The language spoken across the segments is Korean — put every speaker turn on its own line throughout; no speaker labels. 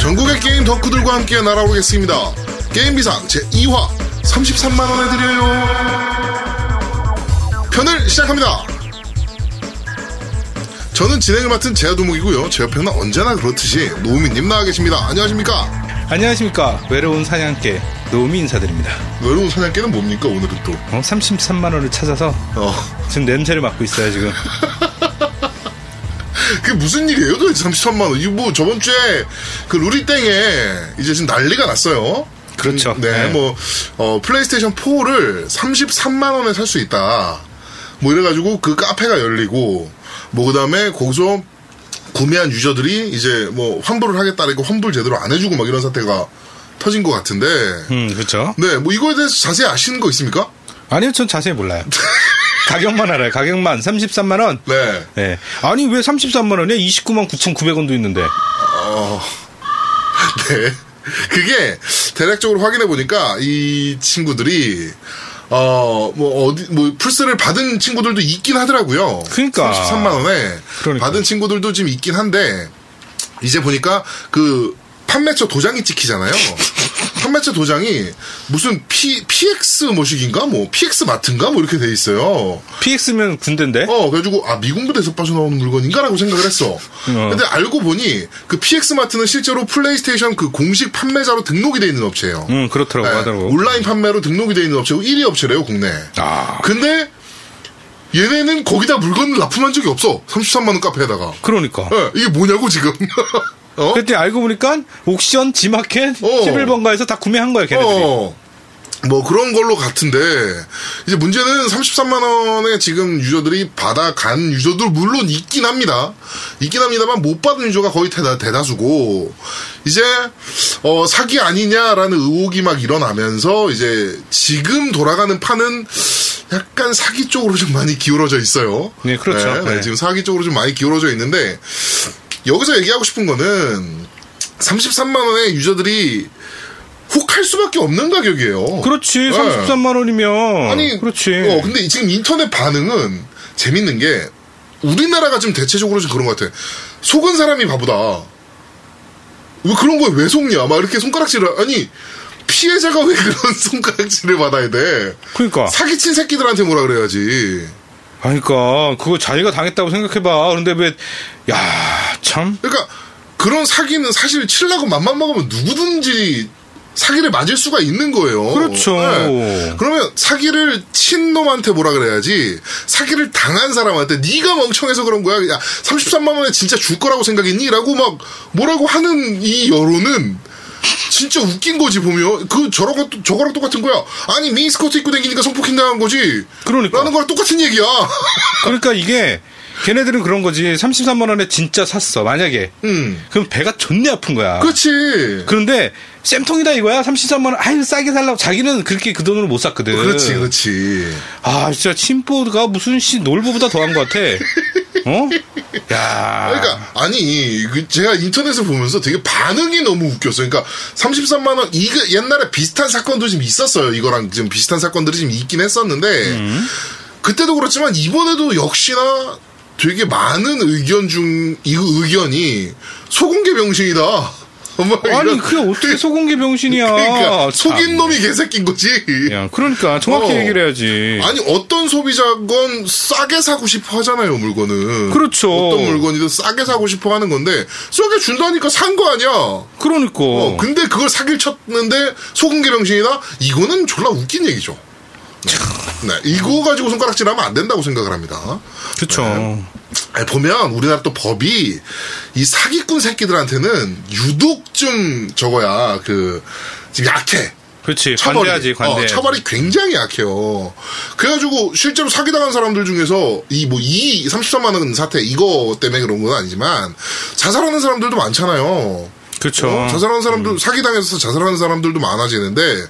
전국의 게임 덕후들과 함께 날아오르겠습니다. 게임비상 제2화 33만원 해드려요. 편을 시작합니다. 저는 진행을 맡은 제아도목이고요. 제 옆에는 언제나 그렇듯이 노우미님 나와 계십니다. 안녕하십니까?
안녕하십니까 외로운 사냥개 노미 인사드립니다
외로운 사냥개는 뭡니까 오늘은 또?
어, 33만원을 찾아서
어,
지금 냄새를 맡고 있어요 지금
그게 무슨 일이에요 도대체 33만원. 이거 뭐 저번 주에 그 루리땡에 이제 지금 난리가 났어요.
그렇죠.
음, 네,
네.
뭐, 어, 플레이스테이션 4를 33만원에 살 수 있다. 뭐 이래가지고 그 카페가 열리고, 뭐 그 다음에 거기서 구매한 유저들이 이제 뭐 환불을 하겠다, 이렇게 환불 제대로 안 해주고 막 이런 사태가 터진 것 같은데,
음 그렇죠
네, 뭐 이거에 대해서 자세히 아시는 거 있습니까?
아니요 전 자세히 몰라요 가격만 알아요 가격만 33만원
네.
네. 아니 왜 33만원이야 29만 9,900원도 있는데
네. 그게 대략적으로 확인해 보니까 이 친구들이 어 뭐 어디 뭐 플스를 받은 친구들도 있긴 하더라고요.
그러니까.
33만 원에
그러니까.
받은 친구들도 지금 있긴 한데 이제 보니까 그 판매처 도장이 찍히잖아요. 판매처 도장이 무슨 P, PX 모식인가 뭐 PX 마트인가 뭐 이렇게 돼 있어요.
PX면 군대인데
어, 그래가지고, 아, 미군부대에서 빠져나온 물건인가라고 생각을 했어. 근데 알고 보니, 그 PX마트는 실제로 플레이스테이션 그 공식 판매자로 등록이 돼 있는 업체예요.
음 그렇더라고
네,
하더라고
온라인 판매로 등록이 돼 있는 업체고 1위 업체래요, 국내.
아
근데, 얘네는 거기다 물건을 납품한 적이 없어. 33만원 카페에다가.
그러니까
예, 이게 뭐냐고, 지금. 어?
그랬더니 알고 보니까 옥션 지마켓
어.
11번가에서 다 구매한 거야 걔네들이
어. 뭐 그런 걸로 같은데 이제 문제는 33만 원에 지금 유저들이 받아간 유저들 물론 있긴 합니다. 있긴 합니다만 못 받은 유저가 거의 대다, 대다수고 이제 어 사기 아니냐라는 의혹이 막 일어나면서 이제 지금 돌아가는 판은 약간 사기 쪽으로 좀 많이 기울어져 있어요.
네, 그렇죠.
네,
네.
지금 사기 쪽으로 좀 많이 기울어져 있는데 여기서 얘기하고 싶은 거는 33만 원의 유저들이 혹할 수밖에 없는 가격이에요.
그렇지
네.
33만 원이면
아니,
그렇죠. 그렇지
어, 근데 지금 인터넷 반응은 재밌는 게 우리나라가 지금 대체적으로 좀 그런 것 같아. 속은 사람이 바보다. 왜 그런 거에 왜 속냐? 막 이렇게 손가락질을 아니 피해자가 왜 그런 손가락질을 받아야 돼?
그러니까
사기친 새끼들한테 뭐라 그래야지.
아니, 그러니까 그니까, 그거 자기가 당했다고 생각해봐. 그런데 왜, 야, 참.
그러니까 그런 사기는 사실 치려고 맘만 먹으면 누구든지 사기를 맞을 수가 있는 거예요. 네.
그렇죠.
그러면 사기를 친 놈한테 뭐라 그래야지 사기를 당한 사람한테 네가 멍청해서 그런 거야. 야 33만 원에 진짜 줄 거라고 생각했니? 라고 막 뭐라고 하는 이 여론은 진짜 웃긴 거지 보면 그 저러고 저거랑 똑같은 거야. 아니 미니스커트 입고 다니니까 성폭행 당한 거지.
그러니까.
라는 거랑 똑같은 얘기야.
그러니까 이게, 걔네들은 그런 거지. 33만원에 진짜 샀어, 만약에.
음.
그럼 배가 존내 아픈 거야.
그렇지.
그런데, 쌤통이다 이거야? 33만원, 아유, 싸게 살라고. 자기는 그렇게 그 돈으로 못 샀거든.
그렇지 그렇지.
아, 진짜 침보드가 무슨 씨, 놀부보다 더한 것 같아. 어? 야.
그러니까 아니 그 제가 인터넷을 보면서 되게 반응이 너무 웃겼어요. 그러니까 33만 원 이거 옛날에 비슷한 사건도 좀 있었어요. 이거랑 좀 비슷한 사건들이 좀 있긴 했었는데
음.
그때도 그렇지만 이번에도 역시나 되게 많은 의견 중 이 의견이 소공개 병신이다. 막
아니,
이런-
그게 어떻게 속은 게 병신이야.
그러니까
참.
속인 놈이 개새끼인 거지.
야, 그러니까, 정확히
어.
얘기를 해야지.
아니 어떤 소비자건 싸게 사고 싶어 하잖아요 물건은
그렇죠.
어떤 물건이든 싸게 사고 싶어 하는 건데 싸게 준다니까 산 거 아니야 어,
그러니까.
근데 그걸 사기를 쳤는데 소금개 병신이다 이거는 졸라 웃긴 얘기죠 네. 네, 이거 가지고 손가락질하면 안 된다고 생각을 합니다
그쵸.
네. 아니, 보면 우리나라 또 법이 이 사기꾼 새끼들한테는 유독 좀 저거야 그 지금 약해
그렇지
처벌이,
관대하지 관대.
어, 처벌이 굉장히 약해요. 그래가지고 실제로 사기당한 사람들 중에서 이 뭐 이 33만 원 사태 이거 때문에 그런 건 아니지만 자살하는 사람들도 많잖아요.
그렇죠.
어, 자살하는 사람들 사기당해서 자살하는 사람들도 많아지는데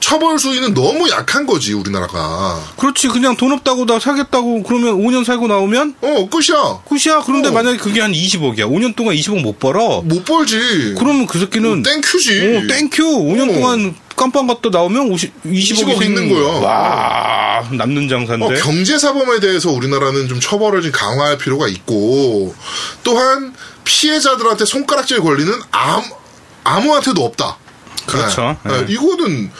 처벌 수위는 너무 약한 거지 우리나라가.
그렇지 그냥 돈 없다고 나 사겠다고 그러면 5년 살고 나오면
어 끝이야.
끝이야. 그런데
어.
만약에 그게 한 20억이야. 5년 동안 20억 못 벌어.
못 벌지.
그러면 그 새끼는
땡큐지.
어, 땡큐. 5년
어.
동안 깜빵 갔다 나오면 50, 20억이
20억 있는 거야.
와 남는 장사인데.
어, 경제사범에 대해서 우리나라는 좀 처벌을 좀 강화할 필요가 있고, 또한 피해자들한테 손가락질 걸리는 아무, 아무한테도 없다.
그렇죠.
네. 네. 이거는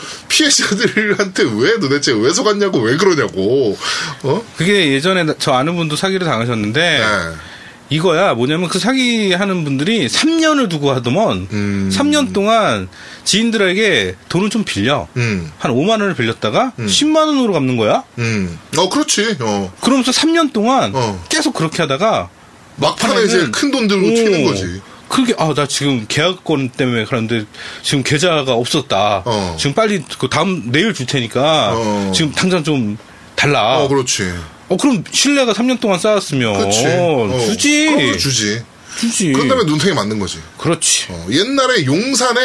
피해자들한테 왜 도대체 왜 속았냐고 왜 그러냐고. 어?
그게 예전에 나- 저 아는 분도 사기를 당하셨는데
네.
이거야 뭐냐면 그 사기하는 분들이 3년을 두고 하더만
음.
3년 동안 지인들에게 돈을 좀 빌려
음.
한 5만 원을 빌렸다가 10만 원으로 갚는 거야.
음. 어, 그렇지. 어.
그러면서 3년 동안
어.
계속 그렇게 하다가
막판에 이제 큰 돈 들고
오,
튀는 거지.
그게 아 나 지금 계약권 때문에 그런데 지금 계좌가 없었다.
어.
지금 빨리 그 다음 내일 줄 테니까
어.
지금 당장 좀 달라.
어,
어,
그렇지.
그럼 신뢰가 3년 동안 쌓았으면
그렇지. 어.
주지.
그럼 주지.
주지.
그런 다음에 눈탱이 맞는 거지.
그렇지.
어, 옛날에 용산에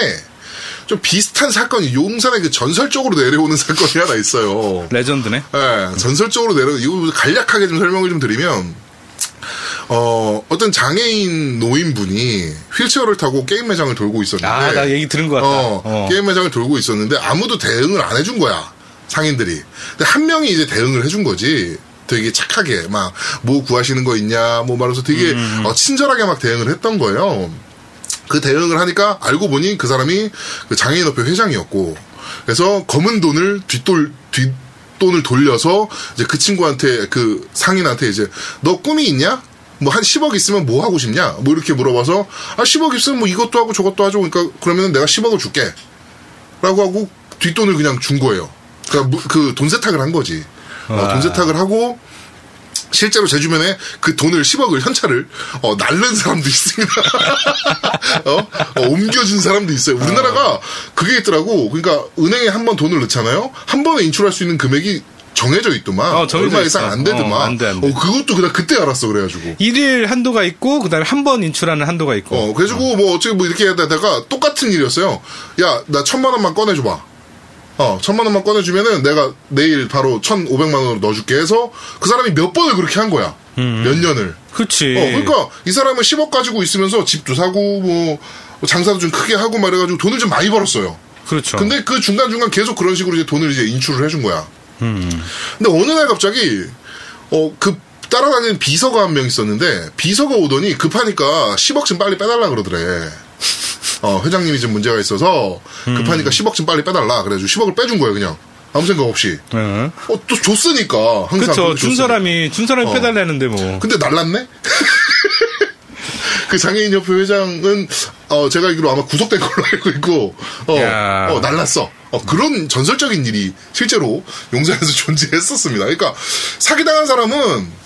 좀 비슷한 사건이 용산에 그 전설적으로 내려오는 사건이 하나 있어요.
레전드네.
예, 전설적으로 내려 이거 간략하게 좀 설명을 좀 드리면 어 어떤 장애인 노인분이 휠체어를 타고 게임 매장을 돌고 있었는데
아, 나 얘기 들은 것 같다.
네. 어,
어.
게임 매장을 돌고 있었는데 아무도 대응을 안 해준 거야 상인들이 근데 한 명이 이제 대응을 해준 거지 되게 착하게 막 뭐 구하시는 거 있냐 뭐 말하면서 되게
음,
어, 친절하게 막 대응을 했던 거예요 그 대응을 하니까 알고 보니 그 사람이 그 장애인협회 회장이었고 그래서 검은 돈을 뒷돌 뒷돈을 돌려서 이제 그 친구한테 그 상인한테 이제 너 꿈이 있냐? 뭐 한 10억 있으면 뭐 하고 싶냐? 뭐 이렇게 물어봐서 아 10억 있으면 뭐 이것도 하고 저것도 하죠. 그러니까 그러면 내가 10억을 줄게. 라고 하고 뒷돈을 그냥 준 거예요. 그러니까 무- 그 돈세탁을 한 거지. 어,
와.
돈세탁을 하고 실제로 제 주변에 그 돈을 10억을 현찰을 어, 날른 사람도 있습니다. 어? 어, 옮겨준 사람도 있어요. 우리나라가 그게 있더라고. 그러니까 은행에 한 번 돈을 넣잖아요. 한 번에 인출할 수 있는 금액이 정해져 있더만.
어, 정해져
얼마
있어.
이상 안 되더만.
어, 안 돼, 안 돼.
어, 그것도 그냥 그때 알았어 그래가지고.
일일 한도가 있고 그다음에 한 번 인출하는 한도가 있고.
어, 그래가지고 뭐 어떻게 뭐 이렇게 하다가 똑같은 일이었어요. 야, 나 천만 원만 꺼내줘봐. 어, 천만 원만 꺼내주면은 내가 내일 바로 천오백만 원으로 넣어줄게 해서 그 사람이 몇 번을 그렇게 한 거야. 몇 년을.
그렇지.
어, 그러니까 이 사람은 10억 가지고 있으면서 집도 사고 뭐 장사도 좀 크게 하고 말해가지고 돈을 좀 많이 벌었어요.
그렇죠.
근데 그 중간 중간 계속 그런 식으로 이제 돈을 이제 인출을 해준 거야.
음.
근데 어느 날 갑자기 어 그 따라다니는 비서가 한 명 있었는데 비서가 오더니 급하니까 10억 좀 빨리 빼달라 그러더래. 어 회장님이 지금 문제가 있어서
음.
급하니까 10억 좀 빨리 빼달라 그래가지고 10억을 빼준 거예요 그냥 아무 생각 없이.
응.
어 또 줬으니까 항상
그렇죠.
그러니까 그렇게
준
줬으니까.
사람이 준 사람이
어.
빼달라는데 뭐.
근데 날랐네? 그 장애인협회 회장은 어 제가 알기로 아마 구속된 걸로 알고 있고 어,
야.
어, 날랐어. 어, 그런 전설적인 일이 실제로 용산에서 존재했었습니다. 그러니까 사기당한 사람은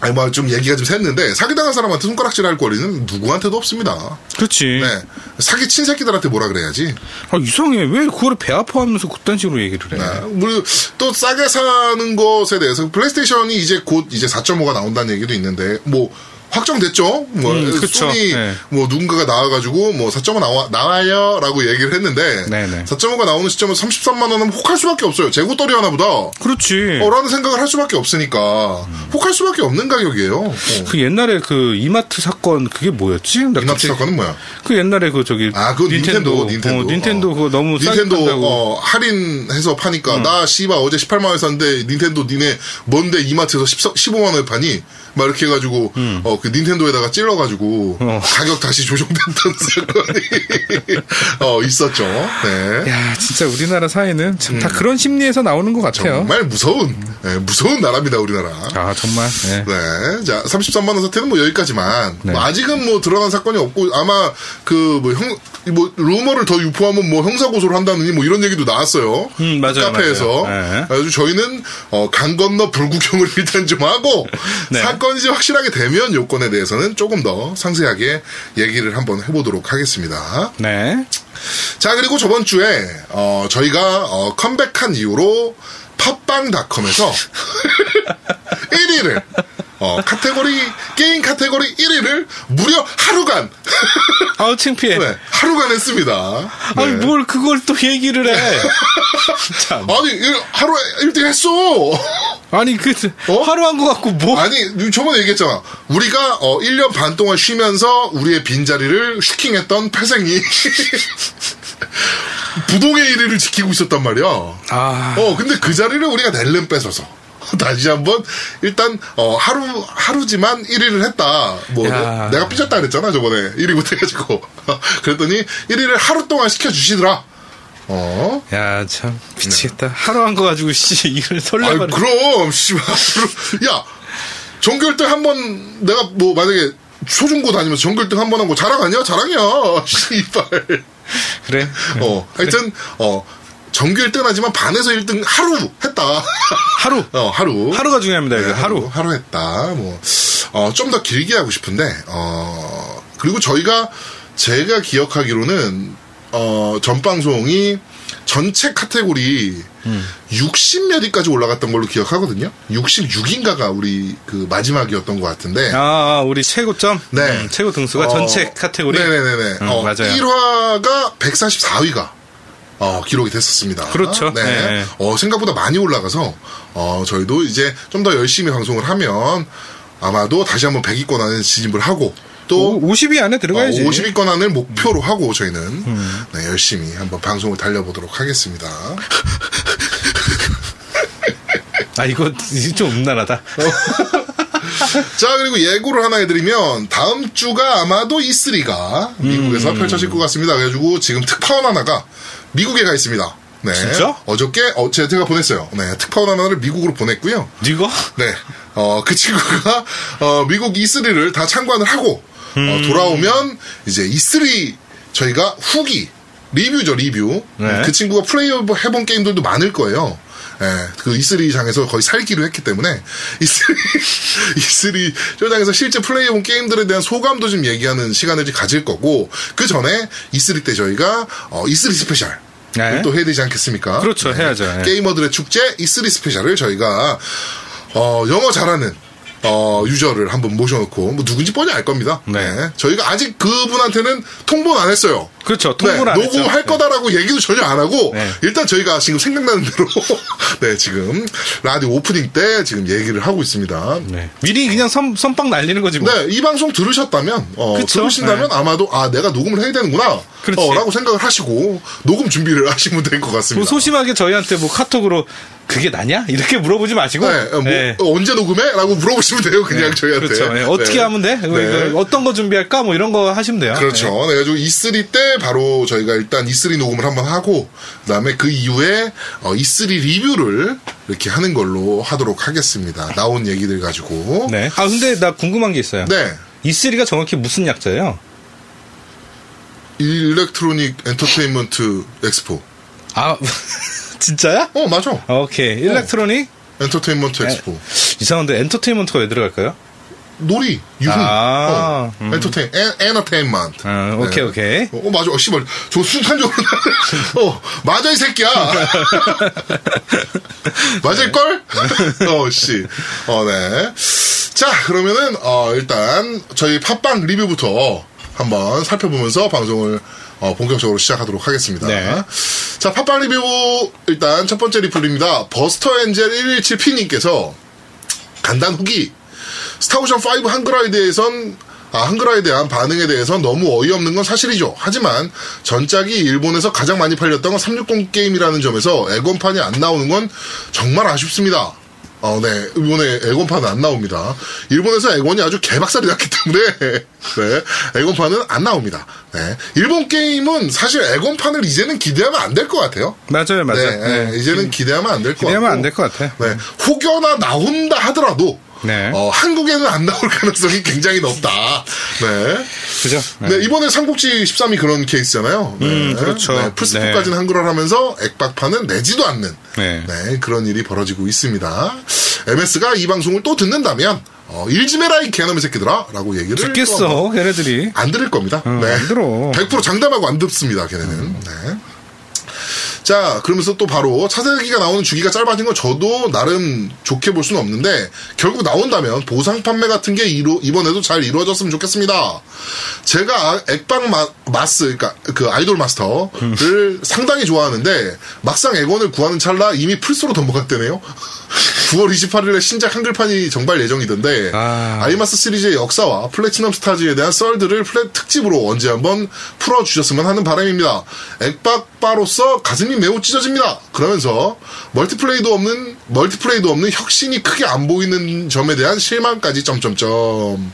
아니 뭐좀 얘기가 좀 샜는데 사기당한 사람한테 손가락질할 거리는 누구한테도 없습니다.
그렇지.
네 사기 친 새끼들한테 뭐라 그래야지.
아, 이상해. 왜 그걸 배 아파하면서 그딴 식으로 얘기를 해?
네. 우리 또 싸게 사는 것에 대해서 플레이스테이션이 이제 곧 이제 4.5가 나온다는 얘기도 있는데 뭐 확정됐죠. 뭐
음, 그쵸.
소니
네.
뭐 누군가가 나와가지고 뭐 4.5 나와 나와요라고 얘기를 했는데
네네.
4.5가 나오는 시점은 33만 원은 혹할 수밖에 없어요. 재고떨이 하나보다
그렇지.
어라는 생각을 할 수밖에 없으니까
음.
혹할 수밖에 없는 가격이에요. 어.
그 옛날에 그 이마트 사건 그게 뭐였지? 나
이마트
갑자기-
사건은 뭐야?
그 옛날에 그 저기
아, 그건 닌텐도, 닌텐도.
어, 닌텐도
어.
그거 너무 싸게
닌텐도,
판다고. 음.
어, 할인해서 파니까, 나, 씨바, 어제 18만원 샀는데, 닌텐도 니네, 뭔데 이마트에서 15만원에 파니? 막 이렇게 해가지고, 어, 그 닌텐도에다가 찔러가지고,
음. 어.
가격 다시 조정된다는 사건이, 어, 있었죠. 네.
야, 진짜 우리나라 사회는 참 다 그런 심리에서 나오는 것 같아요.
음. 정말 무서운, 네, 무서운 나라입니다, 우리나라.
아, 정말. 네.
네. 자, 33만원 사태는 뭐 여기까지만.
네.
뭐 아직은 뭐 드러난 사건이 없고, 아마 그, 뭐 형, 뭐, 루머를 더 유포하면 뭐 형사고소를 한다느니 뭐 이런 얘기도 나왔어요.
음, 맞아요,
그 카페에서.
맞아요. 네.
그래서 저희는, 어, 강 건너 불구경을 일단 좀 하고,
네.
사건이 이제 확실하게 되면 요건에 대해서는 조금 더 상세하게 얘기를 한번 해보도록 하겠습니다.
네.
자, 그리고 저번 주에, 어, 저희가, 어, 컴백한 이후로, 팟빵닷컴에서 1위를, 어, 카테고리, 게임 카테고리 1위를 무려 하루간,
아우, 창피해.
네, 하루간 했습니다. 네.
아니, 뭘 그걸 또 얘기를 해. 참.
아니, 일- 하루에 1등 했어!
아니, 그,
어?
하루 한 거 갖고 뭐.
아니, 저번에 얘기했잖아. 우리가, 어, 1년 반 동안 쉬면서 우리의 빈자리를 슈킹했던 패생이, 부동의 1위를 지키고 있었단 말이야.
아.
어, 근데 그 자리를 우리가 낼름 뺏어서. 다시 한번 일단 어, 하루 하루지만 1위를 했다. 뭐
야.
내, 가 삐졌다 그랬잖아 저번에 1위 못해가지고 그랬더니 1위를 하루 동안 시켜주시더라. 어.
야, 참, 미치겠다. 하루 한 거 가지고, 씨, 이걸
아이,
설레발.
그럼, 씨발. 그럼, 야, 전교 1등 한 번, 내가 뭐, 만약에, 초중고 다니면서 전교 1등 한 번 한 거 자랑 아니야? 자랑이야. 씨발.
그래.
어, 하여튼, 어, 전교 1등 하지만 반에서 1등 하루 했다.
하루.
어, 하루.
하루가 중요합니다, 이거.
네,
그 하루.
하루 했다. 뭐, 어, 좀 더 길게 하고 싶은데, 어, 그리고 저희가, 제가 기억하기로는, 어, 전 방송이 전체 카테고리
음.
60몇 위까지 올라갔던 걸로 기억하거든요. 66인가가 우리 그 마지막이었던 것 같은데.
아, 우리 최고점?
네.
음, 최고 등수가
어,
전체 카테고리?
네네네네.
음,
어,
맞아요.
1화가 144위가 어, 기록이 됐었습니다.
그렇죠.
네.
네.
어, 생각보다 많이 올라가서 어, 저희도 이제 좀 더 열심히 방송을 하면 아마도 다시 한번 100위권 안에 진입을 하고 또
50위 안에 들어가야지. 음.
50위권 안을 목표로 하고 저희는 네, 열심히 한번 방송을 달려보도록 하겠습니다.
아, 이거 좀 음란하다.
자 그리고 예고를 하나 해드리면 다음 주가 아마도 E3가 미국에서
음.
펼쳐질 것 같습니다. 그래가지고 지금 특파원 하나가 미국에 가 있습니다. 네.
진짜?
어저께 어, 제- 제가 보냈어요. 네, 특파원 하나를 미국으로 보냈고요.
이거?
네, 어, 그 친구가 어, 미국 E3를 다 참관을 하고 어,
음.
돌아오면 이제 E3 저희가 후기 리뷰죠 리뷰.
네.
그 친구가 플레이 해본 게임들도 많을 거예요. 예, 그 E3 장에서 거의 살기로 했기 때문에 E3 E3 쇼장에서 실제 플레이해본 게임들에 대한 소감도 좀 얘기하는 시간을 좀 가질 거고 그 전에 E3 때 저희가 어, E3 스페셜
네.
또 해야 되지 않겠습니까? 네.
그렇죠, 해야죠. 예.
게이머들의 축제 E3 스페셜을 저희가 어, 영어 잘하는 어, 유저를 한번 모셔놓고 뭐 누군지 뻔히 알 겁니다.
네.
저희가 아직 그분한테는 통보는 안 했어요.
그렇죠, 통보는 안 했죠.
네, 노고 할 거다라고 얘기도 전혀 안 하고
네.
일단 저희가 지금 생각나는 대로 네 지금 라디오 오프닝 때 지금 얘기를 하고 있습니다.
네. 미리 그냥 선, 선빵 날리는 거지 뭐.
네, 이 방송 들으셨다면, 어,
그쵸? 네.
들으신다면 아마도, 아, 내가 녹음을 해야 되는구나.
그렇지.
어, 라고 생각을 하시고, 녹음 준비를 하시면 될 것
뭐
같습니다.
소심하게 저희한테 뭐 카톡으로 그게 나냐? 이렇게 물어보지 마시고.
네, 뭐,
네.
어, 언제 녹음해? 라고 물어보시면 돼요, 그냥 저희한테.
그렇죠. 예, 어떻게
네.
하면 돼? 이거,
네.
이거 어떤 거 준비할까? 뭐 이런 거 하시면 돼요.
그렇죠. 네. 그래가지고 E3 때 바로 저희가 일단 E3 녹음을 한번 하고, 그 다음에 그 이후에 어, E3 리뷰를 이렇게 하는 걸로 하도록 하겠습니다. 나온 얘기들 가지고.
네. 아 근데 나 궁금한 게 있어요.
네.
E3가 정확히 무슨 약자예요?
일렉트로닉 엔터테인먼트 엑스포.
아 진짜야? 네.
어, 맞아.
오케이. 일렉트로닉
엔터테인먼트
네.
엑스포.
이상한데 엔터테인먼트가 왜 들어갈까요?
놀이, 유흥,
아,
어, 엔터테인, 엔, 엔터테인먼트.
아, 오케이, 오케이.
어, 맞아. 어, 씨발. 저 순간적으로. 나- 어, 맞아, 이 새끼야. 맞을걸? 어, 씨. 어, 네. 자, 그러면은, 어, 일단, 저희 팟빵 리뷰부터 한번 살펴보면서 방송을, 어, 본격적으로 시작하도록 하겠습니다.
네.
자, 팟빵 리뷰, 일단 첫 번째 리플입니다. 버스터 엔젤 117P님께서 간단 후기. 스타우션 5 한글화에 대해선 아, 한글화에 대한 반응에 대해서 너무 어이없는 건 사실이죠. 하지만 전작이 일본에서 가장 많이 팔렸던 건 360 게임이라는 점에서 에건판이 안 나오는 건 정말 아쉽습니다. 어, 네. 이번에 에건판은 안 나옵니다. 일본에서 에건이 아주 개박살이 났기 때문에, 네. 에건판은 안 나옵니다. 네. 일본 게임은 사실 에건판을 이제는 기대하면 안 될 것 같아요.
맞아요,
네,
맞아요.
네, 이제는 기대하면 안 될 것 같고.
기대하면 안될것 같아.
네. 혹여나 나온다 하더라도
네.
어, 한국에는 안 나올 가능성이 굉장히 높다. 네.
그죠? 네.
네, 이번에 삼국지 13이 그런 케이스잖아요. 네.
음, 그렇죠.
플스4까지는 한글화를 하면서 액박판은 내지도 않는
네.
네, 그런 일이 벌어지고 있습니다. MS가 이 방송을 또 듣는다면 어, 일지메라 이 개놈의 새끼들아 라고 얘기를 또 한번
듣겠어, 걔네들이.
안 들을 겁니다. 네.
안 들어. 음.
100% 장담하고 안 듣습니다, 걔네는. 네. 자, 그러면서 또 바로 차세기가 나오는 주기가 짧아진 건 저도 나름 좋게 볼 수는 없는데 결국 나온다면 보상 판매 같은 게 이루- 이번에도 잘 이루어졌으면 좋겠습니다. 제가 아- 액방 마, 마스, 그러니까 그 아이돌
음.
마스터를 상당히 좋아하는데 막상 액원을 구하는 찰나 이미 플스로 넘어갔대네요. 9월 28일에 신작 한글판이 정발 예정이던데
아.
아. 이마스 시리즈의 역사와 플래티넘 스타즈에 대한 썰들을 플랫 특집으로 언제 한번 풀어주셨으면 하는 바람입니다. 액박 바로서 가슴이 매우 찢어집니다. 그러면서 멀티플레이도 없는 멀티플레이도 없는 혁신이 크게 안 보이는 점에 대한 실망까지 점점점.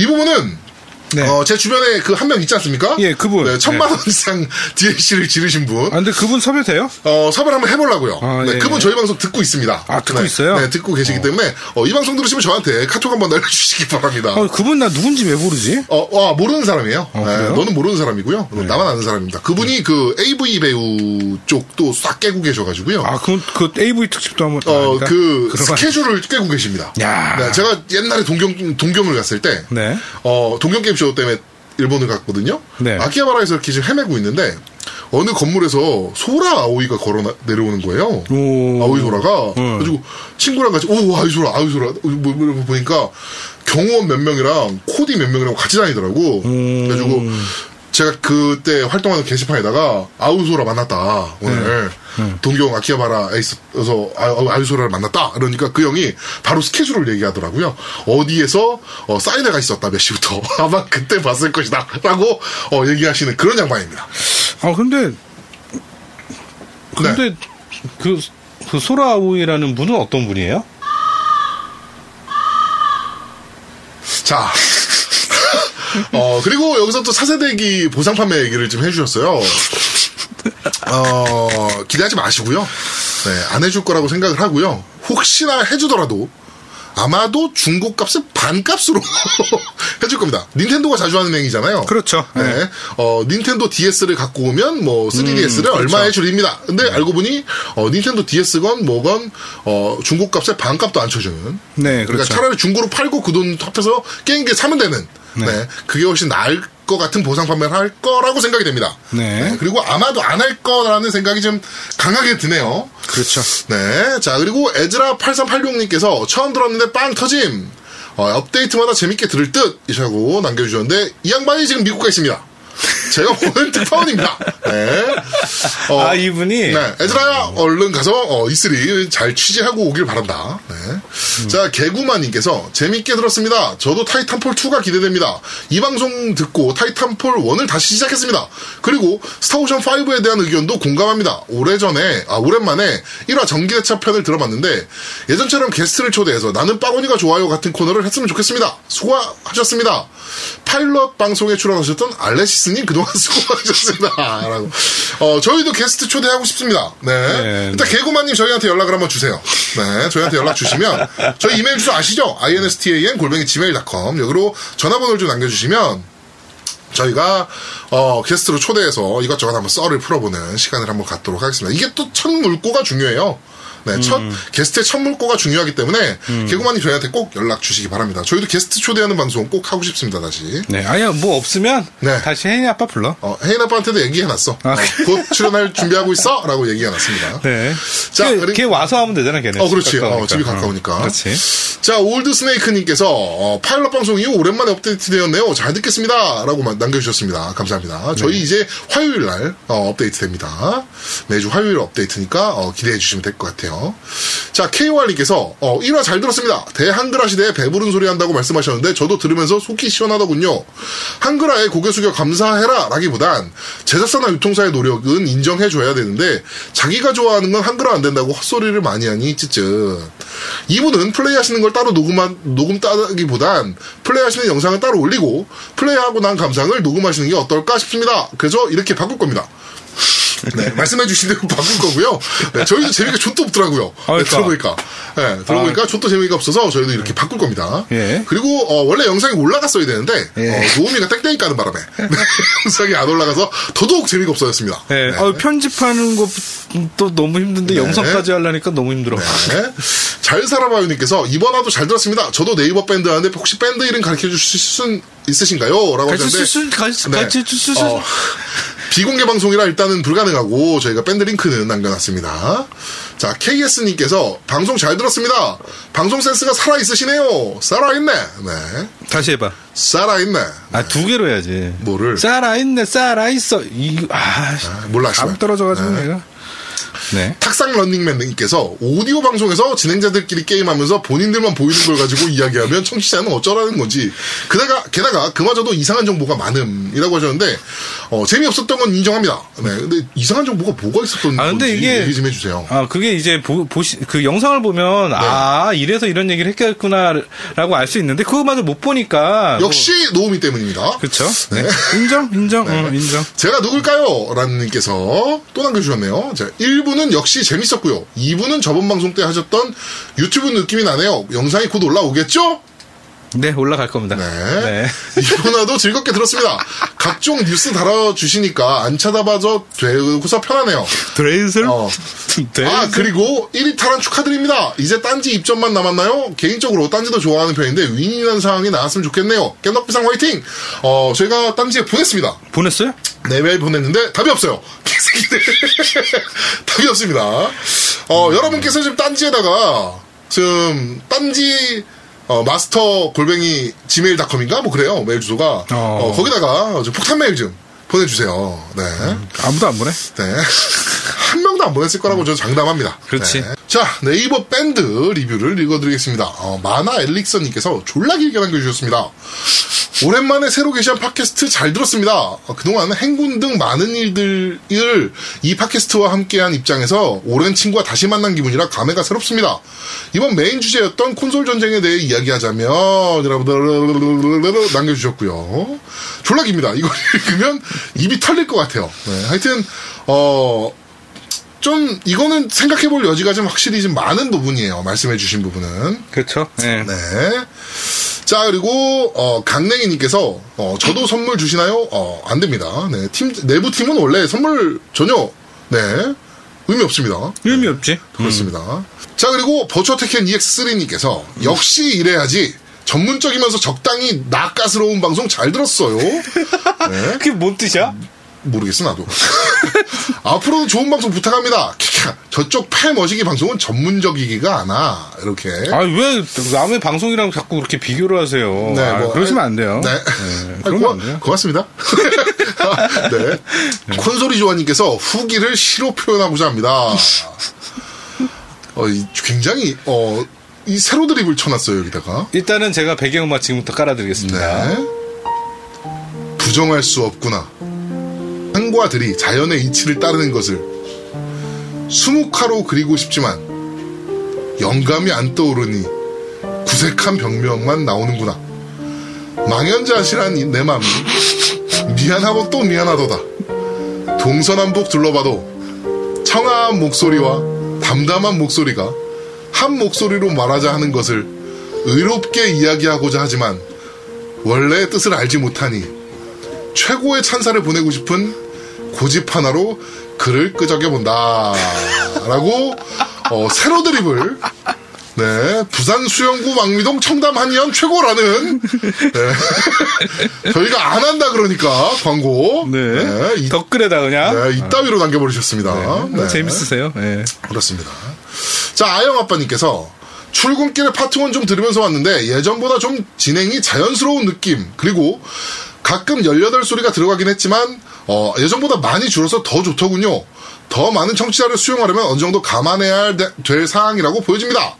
이 부분은
네.
어, 제 주변에 그 한 명 있지 않습니까?
예, 그분.
네, 천만
네.
원 이상 DLC를 지르신 분.
아, 근데 그분 섭외 돼요?
어, 섭외를 한번 해보려고요.
아,
네,
예.
그분 저희 방송 듣고 있습니다.
아, 듣고
네,
있어요?
네, 듣고 계시기 때문에, 어, 이 방송 들으시면 저한테 카톡 한번 날려주시기 바랍니다.
아, 그분 나 누군지 왜 모르지?
어, 와, 모르는 사람이에요. 네,
아, 그래요? 네.
너는 모르는 사람이고요. 나만 아는 사람입니다. 그분이 그 AV 배우 쪽도 싹 깨고 계셔가지고요.
아, 그, 그 AV 특집도 한번.
어,
아, 아니다.
그,
그러면-
스케줄을 꿰고 계십니다.
야.
네, 제가 옛날에 동경, 동경을 갔을 때,
네.
어, 동경 게임쇼 때문에 일본을 갔거든요.
네.
아키하바라에서 이렇게 지금 헤매고 있는데, 어느 건물에서 소라 아오이가 걸어 나- 내려오는 거예요.
오.
아오이 소라가. 그래고 친구랑 같이, 오, 아오이 소라, 아오이 소라. 뭐, 뭐, 보니까 경호원 몇 명이랑 코디 몇 명이랑 같이 다니더라고. 그래가지고 제가 그때 활동하는 게시판에다가 아우소라 만났다 오늘 동경 아키하바라 에이스에서 아- 아우소라를 만났다 그러니까 그 형이 바로 스케줄을 얘기하더라고요 어디에서 어, 사인회가 있었다 몇 시부터 아마 그때 봤을 것이다라고 어, 얘기하시는 그런 양반입니다
아, 근데. 근데, 그, 그 소라오이라는 분은 어떤 분이에요?
자 어, 그리고 여기서 또 사세대기 보상 판매 얘기를 좀 해주셨어요. 어, 기대하지 마시고요. 네, 안 해줄 거라고 생각을 하고요. 혹시나 해주더라도 아마도 중고 값을 반값으로 해줄 겁니다. 닌텐도가 자주 하는 행위잖아요.
그렇죠.
네. 어, 닌텐도 DS를 갖고 오면 뭐 3DS를
음, 그렇죠.
얼마에 줄입니다. 근데 알고 보니 어, 닌텐도 DS건 뭐건 어, 중고 값에 반값도 안 쳐주는
네,
그러니까
그렇죠.
차라리 중고로 팔고 그 돈 합해서 게임기 사면 되는. 네. 그게 훨씬 나을 것 같은 보상 판매를 할 거라고 생각이 됩니다.
네.
그리고 아마도 안 할 거라는 생각이 좀 강하게 드네요.
그렇죠.
네. 자, 그리고 에즈라8386님께서 처음 들었는데 빵 터짐! 어, 업데이트마다 재밌게 들을 듯! 이라고 남겨주셨는데, 이 양반이 지금 미국가 있습니다. 제가 보는 특파원입니다. 네. 어,
아, 이분이?
네. 에즈라야, 얼른 가서, 어, E3 잘 취재하고 오길 바란다. 네. 자, 개구마님께서 재밌게 들었습니다. 저도 타이탄폴2가 기대됩니다. 이 방송 듣고 타이탄폴1을 다시 시작했습니다. 그리고 스타오션5에 대한 의견도 공감합니다. 오래전에, 아, 오랜만에 1화 전기대차 편을 들어봤는데, 예전처럼 게스트를 초대해서 나는 빠고니가 좋아요 같은 코너를 했으면 좋겠습니다. 수고하셨습니다. 파일럿 방송에 출연하셨던 알레시스님 그동안 수고하셨습니다. 라고. 어, 저희도 게스트 초대하고 싶습니다. 네.
네,
일단 개구마님 저희한테 연락을 한번 주세요. 네, 저희한테 연락 주시면 저희 이메일 주소 아시죠? instan 골뱅이 gmail.com 여기로 전화번호를 좀 남겨주시면 저희가 어, 게스트로 초대해서 이것저것 한번 썰을 풀어보는 시간을 한번 갖도록 하겠습니다. 이게 또 첫 물고가 중요해요.
음.
네, 첫 게스트의 첫 물고가 중요하기 때문에 개구마님 저희한테 꼭 연락 주시기 바랍니다. 저희도 게스트 초대하는 방송 꼭 하고 싶습니다. 다시.
네. 아니야, 뭐 없으면.
네.
다시 혜인 아빠 불러.
어, 혜인 아빠한테도 얘기해놨어.
아,
어, 곧 출연할 준비하고 있어? 라고 얘기해놨습니다.
네.
자,
걔,
그리고-
걔 와서 하면 되잖아, 걔네.
어, 그렇지.
가까우니까.
어, 집이 가까우니까.
어, 그렇지.
자, 올드 스네이크님께서 어, 파일럿 방송 이후 오랜만에 업데이트 되었네요. 잘 듣겠습니다. 라고 만- 남겨주셨습니다.
네.
감사합니다. 저희 이제 화요일 날 어, 업데이트 됩니다. 매주 화요일 업데이트니까 어, 기대해 주시면 될 것 같아요. 자, KOR님께서 어, 1화 잘 들었습니다. 대한글화 시대에 배부른 소리 한다고 말씀하셨는데 저도 들으면서 속이 시원하더군요. 한글화에 고개 숙여 감사해라 라기보단 제작사나 유통사의 노력은 인정해줘야 되는데 자기가 좋아하는 건 한글화 안 된다고 헛소리를 많이 하니 찌쯧. 이분은 플레이하시는 걸 따로 녹음한, 녹음 따기보단 플레이하시는 영상을 따로 올리고 플레이하고 난 감상을 녹음하시는 게 어떨까 싶습니다. 그래서 이렇게 바꿀 겁니다. 네, 말씀해주신 대로 바꿀 거고요. 네, 저희도 재미가 존도 없더라고요.
아,
네,
그러니까. 아.
들어보니까. 네, 들어보니까 존도 재미가 없어서 저희도 이렇게 바꿀 겁니다.
예.
그리고 어, 원래 영상이 올라갔어야 되는데
예.
어, 노우미가 땡땡이 까는 바람에 영상이 안 올라가서 더더욱 재미가 없어졌습니다.
네. 어, 편집하는 것도 너무 힘든데 영상까지 하려니까 너무 힘들어.
네. 잘 살아봐요님께서 이번 화도 잘 들었습니다. 저도 네이버 밴드 하는데 혹시 밴드 이름 가르쳐 주실 수 있으신가요? 라고
가르쳐
하셨는데
줄 수, 가르쳐,
네.
가르쳐 줄 수,
어, 비공개 방송이라 일단은 불가능하고 저희가 밴드 링크는 남겨놨습니다. 자 KS님께서 방송 잘 들었습니다. 방송 센스가 살아 있으시네요. 살아 있네. 네.
다시 해봐.
살아 있네.
아, 두 개로 해야지.
뭐를?
살아있네, 살아있어. 이, 아,
몰라. 씨발. 네.
감 떨어져가지고 내가. 네.
탁상 런닝맨님께서 오디오 방송에서 진행자들끼리 게임하면서 본인들만 보이는 걸 가지고 이야기하면 청취자는 어쩌라는 건지 게다가 게다가 그마저도 이상한 정보가 많음이라고 하셨는데 어, 재미없었던 건 인정합니다. 네, 근데 이상한 정보가 뭐가 있었던
아, 근데
건지
이게-
얘기 좀 해주세요.
아, 그게 이제 보, 보시, 그 영상을
네.
보면, 아, 이래서 이런 얘기를 했겠구나, 라고 알 수 있는데, 그거마저 못 보니까.
역시 노우미 때문입니다.
그쵸? 네. 인정? 인정?
네.
어, 인정.
제가 누굴까요? 라는 님께서 또 남겨주셨네요. 자, 1부는 역시 재밌었고요. 2부는 저번 방송 때 하셨던 유튜브 느낌이 나네요. 영상이 곧 올라오겠죠?
네, 올라갈 겁니다.
네. 이분화도 즐겁게 들었습니다. 각종 뉴스 달아주시니까 안 찾아봐서 되고서 편하네요.
드레이슬? 네.
어. 아, 그리고 1위 탈환 축하드립니다. 이제 딴지 입점만 남았나요? 개인적으로 딴지도 좋아하는 편인데 윈윈한 상황이 나왔으면 좋겠네요. 깻덕비상 화이팅! 어, 저희가 딴지에 보냈습니다.
보냈어요?
네 메일 보냈는데 답이 없어요. 개새끼들. 답이 없습니다.
음.
어, 여러분께서 지금 딴지에다가 지금 딴지 어, 마스터 골뱅이 지메일닷컴인가 뭐 그래요 메일 주소가 어. 거기다가 좀 폭탄 메일 좀 보내주세요. 네,
아무도 안 보내.
네. 한 명도 안 보냈을 거라고 저는 장담합니다.
음. 그렇지.
네. 자 네이버 밴드 리뷰를 읽어드리겠습니다. 어, 마나 엘릭선님께서 졸라 길게 남겨주셨습니다. 오랜만에 새로 게시한 팟캐스트 잘 들었습니다. 어, 그동안 행군 등 많은 일들을 이 팟캐스트와 함께한 입장에서 오랜 친구와 다시 만난 기분이라 감회가 새롭습니다. 이번 메인 주제였던 콘솔 전쟁에 대해 이야기하자면 여러분들 남겨주셨고요. 졸라 깁니다. 이걸 읽으면 입이 털릴 것 같아요. 네, 하여튼 어, 좀 이거는 생각해볼 여지가 좀 확실히 좀 많은 부분이에요. 말씀해주신 부분은.
그렇죠. 네.
네. 자 그리고 어, 강냉이님께서 어, 저도 선물 주시나요? 어, 안 됩니다. 네, 팀 내부 팀은 원래 선물 전혀 네 의미 없습니다.
의미 없지.
그렇습니다. 자 그리고 버추어테켄 EX3님께서 역시 이래야지 전문적이면서 적당히 낯가스러운 방송 잘 들었어요. 네.
그게 뭔 뜻이야?
모르겠어 나도. 앞으로도 좋은 방송 부탁합니다. 캬, 저쪽 패머시기 방송은 전문적이기가 않아. 이렇게.
아, 왜 남의 방송이랑 자꾸 그렇게 비교를 하세요? 아,
뭐,
그러시면
아니,
안 돼요.
네.
네,
아니,
그러면
고,
안 돼요.
고맙습니다. 네. 콘솔이 조아님께서 후기를 시로 표현하고자 합니다. 어, 이, 굉장히, 어, 이 세로 드립을 쳐놨어요, 여기다가.
일단은 제가 배경음악 지금부터 깔아드리겠습니다.
네. 부정할 수 없구나. 산과 들이 자연의 이치를 따르는 것을 수묵화로 그리고 싶지만 영감이 안 떠오르니 구색한 병명만 나오는구나. 망연자실한 이내 마음이 미안하고 또 미안하도다. 동서남북 둘러봐도 청아한 목소리와 담담한 목소리가 한 목소리로 말하자 하는 것을 의롭게 이야기하고자 하지만 원래의 뜻을 알지 못하니 최고의 찬사를 보내고 싶은 고집 하나로 글을 끄적여 본다. 라고 어, 세로 드립을 네, 부산 수영구 왕미동 청담 한의원 최고라는 네. 저희가 안 한다 그러니까 광고
네.
네, 이,
덧글에다 그냥.
네, 이따위로 남겨버리셨습니다. 네.
뭐 재밌으세요? 네.
그렇습니다. 자, 아영 아빠님께서 출근길에 파트 1좀 들으면서 왔는데 예전보다 좀 진행이 자연스러운 느낌 그리고 가끔 18 소리가 들어가긴 했지만 어, 예전보다 많이 줄어서 더 좋더군요. 더 많은 청취자를 수용하려면 어느 정도 감안해야 할 데- 될 사항이라고 보여집니다.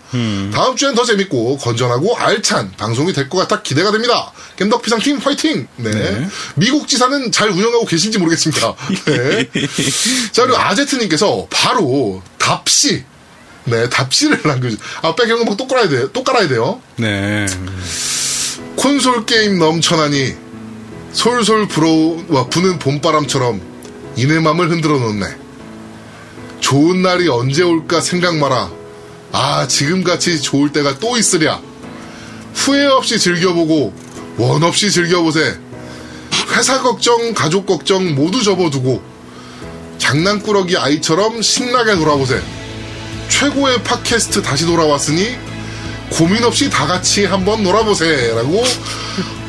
다음 주엔 더 재밌고 건전하고 알찬 방송이 될 것 같아 기대가 됩니다. 겜덕비상 팀 화이팅! 네. 미국 지사는 잘 운영하고 계신지 모르겠습니다. 네. 자, 그리고 아제트님께서 바로 답시. 네, 답시를 남겨주. 아, 배경음악 또 깔아야 돼. 또 깔아야 돼요.
네.
콘솔 게임 넘쳐나니 솔솔 불어와 부는 봄바람처럼 이내 맘을 흔들어 놓네. 좋은 날이 언제 올까 생각 마라. 아, 지금같이 좋을 때가 또 있으랴. 후회 없이 즐겨보고 원 없이 즐겨보세. 회사 걱정, 가족 걱정 모두 접어두고 장난꾸러기 아이처럼 신나게 돌아보세. 최고의 팟캐스트 다시 돌아왔으니 고민 없이 다 같이 한번 놀아보세라고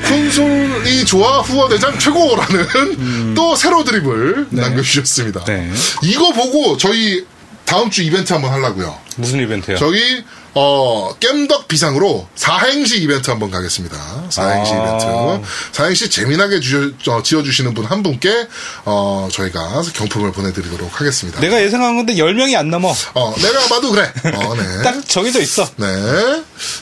콘솔이 좋아 후원회장 최고라는 또 새로 드립을 남겨주셨습니다.
네.
이거 보고 저희 다음 주 이벤트 한번 하려고요.
무슨 이벤트요?
저기 어 겜덕 비상으로 4행시 이벤트 한번 가겠습니다. 사행시
아.
이벤트. 사행시 재미나게 지어, 어, 지어주시는 분 한 분께, 어, 저희가 경품을 보내드리도록 하겠습니다.
내가 예상한 건데 10명이 안 넘어.
어, 내가 봐도 그래. 어, 네.
딱 정해져 있어.
네.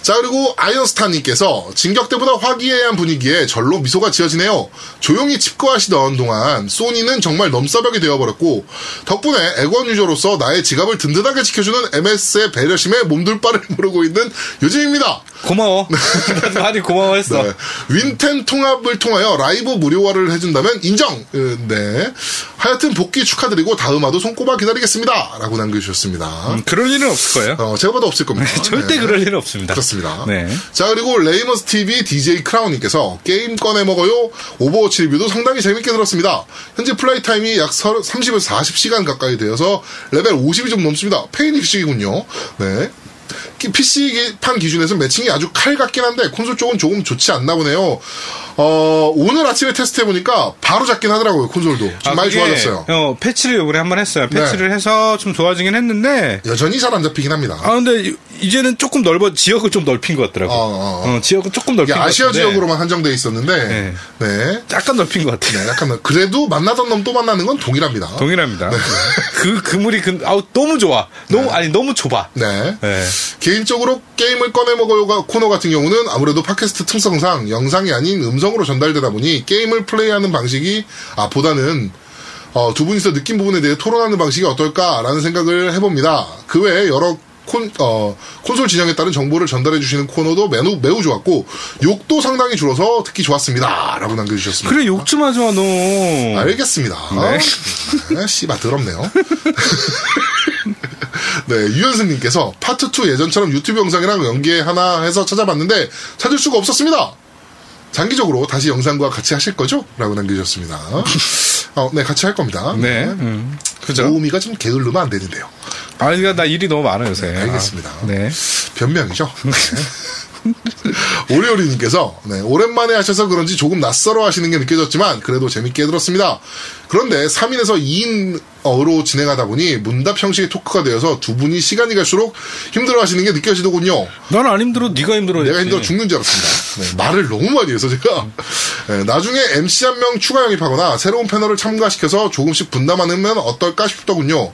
자, 그리고 아이언스타님께서 진격 때보다 화기애애한 분위기에 절로 미소가 지어지네요. 조용히 칩거하시던 동안 소니는 정말 넘사벽이 되어버렸고, 덕분에 액원 유저로서 나의 지갑을 든든하게 지켜주는 MS의 배려심에 몸둘 바를 모르고 있는 요즘입니다.
고마워. 나도 많이 고마워했어.
네. 윈텐 통합을 통하여 라이브 무료화를 해준다면 인정! 으, 네. 하여튼 복귀 축하드리고 다음화도 손꼽아 기다리겠습니다. 라고 남겨주셨습니다.
음, 그럴 일은 없을 거예요.
어, 제가 봐도 없을 겁니다.
절대
네.
그럴 일은 없습니다.
그렇습니다.
네.
자, 그리고 레이머스 TV DJ 크라운님께서 게임 꺼내 먹어요. 오버워치 리뷰도 상당히 재밌게 들었습니다. 현재 플레이 타임이 약 30에서 40시간 가까이 되어서 레벨 50이 좀 넘습니다. 페인이식이군요. 네. PC판 기준에서 매칭이 아주 칼 같긴 한데 콘솔 쪽은 조금 좋지 않나 보네요. 어, 오늘 아침에 테스트해보니까 바로 잡긴 하더라고요, 콘솔도. 좀
아,
많이
그게,
좋아졌어요. 네.
어, 패치를 요번에 한 번 했어요. 패치를 해서 좀 좋아지긴 했는데,
여전히 잘 안 잡히긴 합니다.
아, 근데 이- 이제는 조금 넓어, 지역을 좀 넓힌 것 같더라고요.
어, 어,
어, 지역을 조금
이게
넓힌 것
아시아
같은데
지역으로만 한정돼 있었는데,
네.
네.
약간 넓힌 것 같아요.
네, 약간 그래도 만나던 놈 또 만나는 건 동일합니다.
동일합니다. 그 그물이 그 아우 너무 좋아. 너무 아니 너무 좁아.
네.
네.
개인적으로 게임을 꺼내 먹어요가 코너 같은 경우는 아무래도 팟캐스트 특성상 영상이 아닌 음성으로 전달되다 보니 게임을 플레이하는 방식이 아 보다는 어, 두 분이서 느낀 부분에 대해 토론하는 방식이 어떨까라는 생각을 해봅니다. 그 외에 여러 콘, 어, 콘솔 진영에 따른 정보를 전달해 주시는 코너도 매우, 매우 좋았고 욕도 상당히 줄어서 듣기 좋았습니다. 라고 남겨주셨습니다.
그래 욕 좀 하지 마 너.
아, 알겠습니다. 네, 씨발 더럽네요. 네, 유현승님께서 파트 2 예전처럼 유튜브 영상이랑 연계 하나 해서 찾아봤는데 찾을 수가 없었습니다. 장기적으로 다시 영상과 같이 하실 거죠? 라고 남겨주셨습니다. 어, 네, 같이 할 겁니다.
네. 음. 그죠?
모음이가 좀 게을르면 안 되는데요.
아니 그러니까 나 일이 너무 많아 요새.
알겠습니다.
아, 네.
변명이죠. 네. 오리오리님께서 네, 오랜만에 하셔서 그런지 조금 낯설어 하시는 게 느껴졌지만 그래도 재밌게 들었습니다. 그런데 3인에서 2인으로 진행하다 보니 문답 형식의 토크가 되어서 두 분이 시간이 갈수록 힘들어 하시는 게 느껴지더군요.
난 안 힘들어. 네가 힘들어.
내가
했지.
힘들어 죽는 줄 알았습니다. 네, 말을 너무 많이 해서 제가. 네, 나중에 MC 한 명 추가 영입하거나 새로운 패널을 참가시켜서 조금씩 분담하면 어떨까 싶더군요.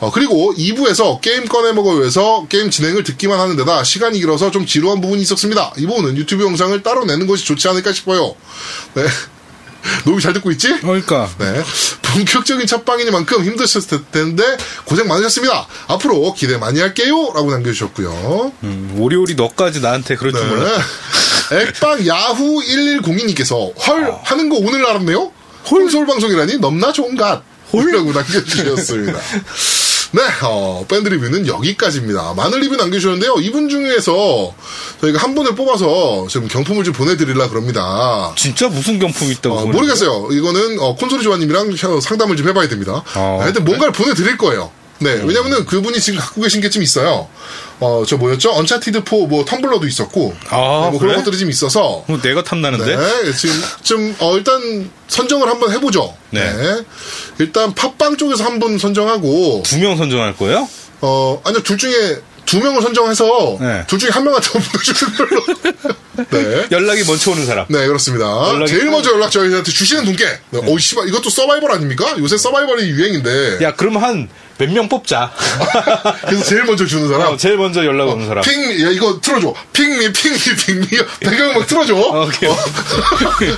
어, 그리고 2부에서 게임 꺼내먹어요에서 게임 진행을 듣기만 하는 데다 시간이 길어서 좀 지루한 부분이 있었습니다. 이 부분은 유튜브 영상을 따로 내는 것이 좋지 않을까 싶어요. 네. 녹음 잘 듣고 있지?
그러니까
네. 본격적인 첫방이니만큼 힘드셨을 텐데 고생 많으셨습니다. 앞으로 기대 많이 할게요. 라고 남겨주셨고요.
음, 오리오리 너까지 나한테 그럴 줄 몰라.
네. 액박 야후 1102님께서 헐
아.
하는 거 오늘 알았네요. 홀 서울 방송이라니 넘나 좋은 것. 홀이라고 남겨주셨습니다. 네, 어, 밴드 리뷰는 여기까지입니다. 많은 리뷰 남겨주셨는데요. 이분 중에서 저희가 한 분을 뽑아서 지금 경품을 좀 보내드리려 그럽니다.
진짜 무슨 경품이 있다고.
어,
그러는데?
모르겠어요. 이거는 어, 콘솔이 조아님이랑 혀- 상담을 좀 해봐야 됩니다.
아, 음.
하여튼 뭔가를 보내드릴 거예요. 네, 왜냐면은 그분이 지금 갖고 계신 게 좀 있어요. 어, 저 뭐였죠? 언차티드 4 뭐 텀블러도 있었고,
아,
네, 뭐
그래?
런 것들이 좀 있어서.
어, 내가 탐나는데.
네, 지금 좀 어, 일단 선정을 한번 해보죠.
네.
일단 팟빵 쪽에서 한 분 선정하고,
두 명 선정할 거예요?
어, 아니요 둘 중에 두 명을 선정해서
네.
둘 중에 한 명한테 보내주는 걸로. 네.
연락이 먼저 오는 사람.
네, 그렇습니다.
연락이
제일
또-
먼저 연락 저희한테 주시는 분께, 네. 어, 씨발, 이것도 서바이벌 아닙니까? 요새 서바이벌이 유행인데.
야, 그럼 한 몇 명 뽑자.
그래서 제일 먼저 주는 사람.
어, 제일 먼저 연락 오는 사람.
핑, 야, 이거 틀어줘. 핑미, 핑미, 핑미. 배경음악 틀어줘.
오케이.
어.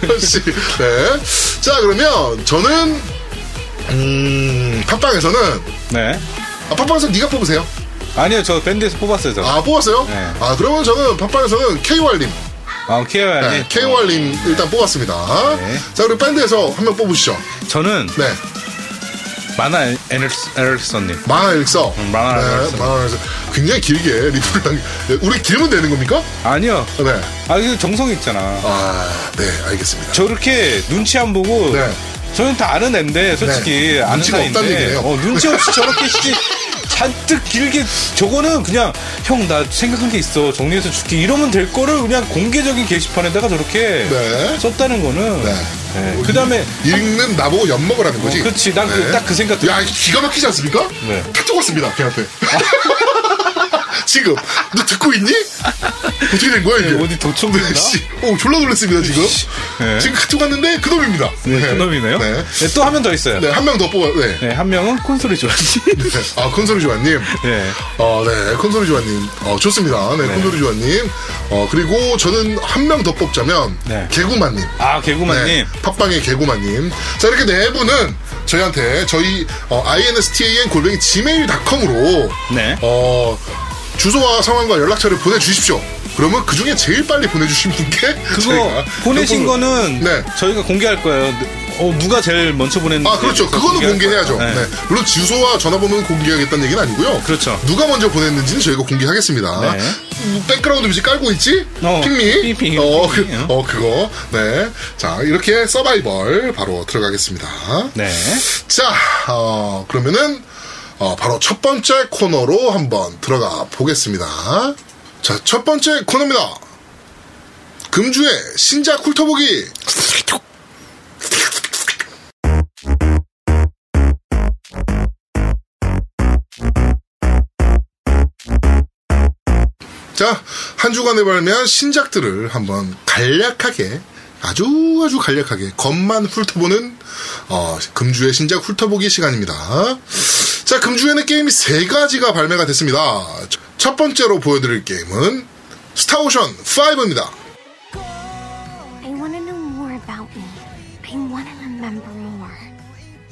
씨. 네. 자, 그러면 저는, 음, 팟빵에서는,
네.
아, 팟빵에서 네가 뽑으세요.
아니요, 저 밴드에서 뽑았어요, 저.
아, 뽑았어요?
네.
아, 그러면 저는 팟빵에서는 KY님.
아, 케어야
네,
네.
KY님 일단 뽑았습니다.
네.
자, 그리고 밴드에서 한 명 뽑으시죠.
저는
네.
마나 에르슨님.
만화 일서.
음, 만화 일서.
만화 일서. 굉장히 길게 리뷰를 남 네, 우리 길면 되는 겁니까?
아니요.
네.
아, 이거 정성 있잖아.
아, 네, 알겠습니다.
저렇게 눈치 안 보고.
네.
저는 다 아는 앤데, 솔직히.
네.
아는
눈치가
사이인데.
없다는 얘기네요.
어, 눈치 없이 저렇게 씨. 잔뜩 길게 저거는 그냥 형 나 생각한 게 있어 정리해서 줄게 이러면 될 거를 그냥 공개적인 게시판에다가 저렇게
네.
썼다는 거는
네.
그 다음에
읽는 나보고 엿먹으라는 거지. 네.
어, 그렇지. 난그- 딱그 생각 들-
야, 기가 막히지 않습니까?
네.
탁 적었습니다, 걔한테. 지금 너 듣고 있니? 어떻게 된 거야 이게?
네,
네,
어디 도청됐나?
씨, 오 졸라 놀랐습니다 지금.
네.
지금 카톡 왔는데 그 놈입니다.
네, 그 놈이네요.
네,
네, 또 한 명 더 있어요. 네.
네, 한 명 더 뽑아. 네.
한 명은 콘솔이 좋아하지.
네. 아 콘솔이 조아님.
네.
어, 네, 콘솔이 조아님. 어, 좋습니다. 네, 콘솔이 조아님. 어, 그리고 저는 한 명 더 뽑자면
네.
개구마님. 네,
아, 개구마님.
팟빵의 개구마님. 자, 이렇게 네 분은 저희한테 어, 저희 INSTAN 골뱅이 gmail.com으로
네.
어, 주소와 성함과 연락처를 보내주십시오. 그러면 그 중에 제일 빨리 보내주신 분께
그거
저희가
보내신
연봉을-
거는
네.
저희가 공개할 거예요. 어, 누가 제일 먼저 보냈는지.
아 그렇죠.
저희가
그거는
공개할
공개해야죠.
거예요.
네. 물론 주소와 전화번호는 공개하겠다는 얘기는 아니고요.
그렇죠.
누가 먼저 보냈는지는 저희가 공개하겠습니다.
네.
음, 백그라운드 뮤직 깔고 있지?
어,
핑미.
핑미,
어,
핑미.
그, 어 그거. 네. 자 이렇게 서바이벌 바로 들어가겠습니다.
네.
자 어, 그러면은 어, 바로 첫 번째 코너로 한번 들어가 보겠습니다. 자 첫 번째 코너입니다. 금주의 신작 훑어보기. 자, 한 주간에 발매한 신작들을 한번 간략하게, 아주 아주 간략하게, 겉만 훑어보는, 어, 금주의 신작 훑어보기 시간입니다. 자, 금주에는 게임이 세 가지가 발매가 됐습니다. 첫 번째로 보여드릴 게임은 스타오션 5입니다.
I want to know more about me. I want to remember more.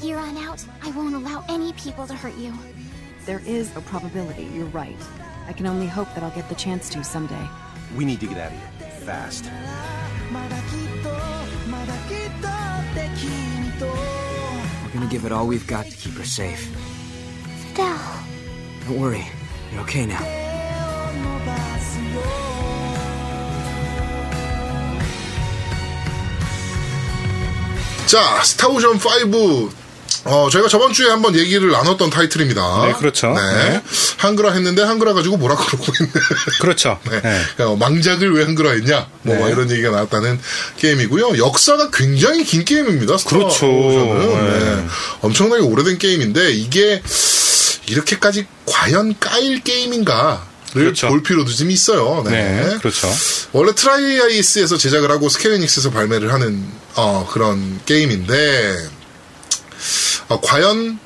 Here on out, I won't allow any people to hurt you.
There is a probability you're right. I can only hope that I'll get the chance to someday.
We need to get out of here fast.
まだきっとまだきっとって君と
We're gonna give it all we've got to keep her safe.
Fidel.
Don't worry, you're okay now.
伸ばすよ
자, 스타오션 5. 어, 저희가 저번 주에 한번 얘기를 나눴던 타이틀입니다.
네, 그렇죠.
네.
네.
한글화 했는데 한글화 가지고 뭐라 그러고 있네.
그렇죠.
네.
네.
그러니까 망작을 왜 한글화 했냐? 뭐, 막 이런 얘기가 나왔다는 게임이고요. 역사가 굉장히 긴 게임입니다.
그렇죠.
스타오션은.
네.
엄청나게 오래된 게임인데 이게 이렇게까지 과연 까일 게임인가? 를
그렇죠.
볼 필요도 좀 있어요. 네.
네, 그렇죠.
원래 트라이아이스에서 제작을 하고 스케어닉스에서 발매를 하는 어, 그런 게임인데 어, 과연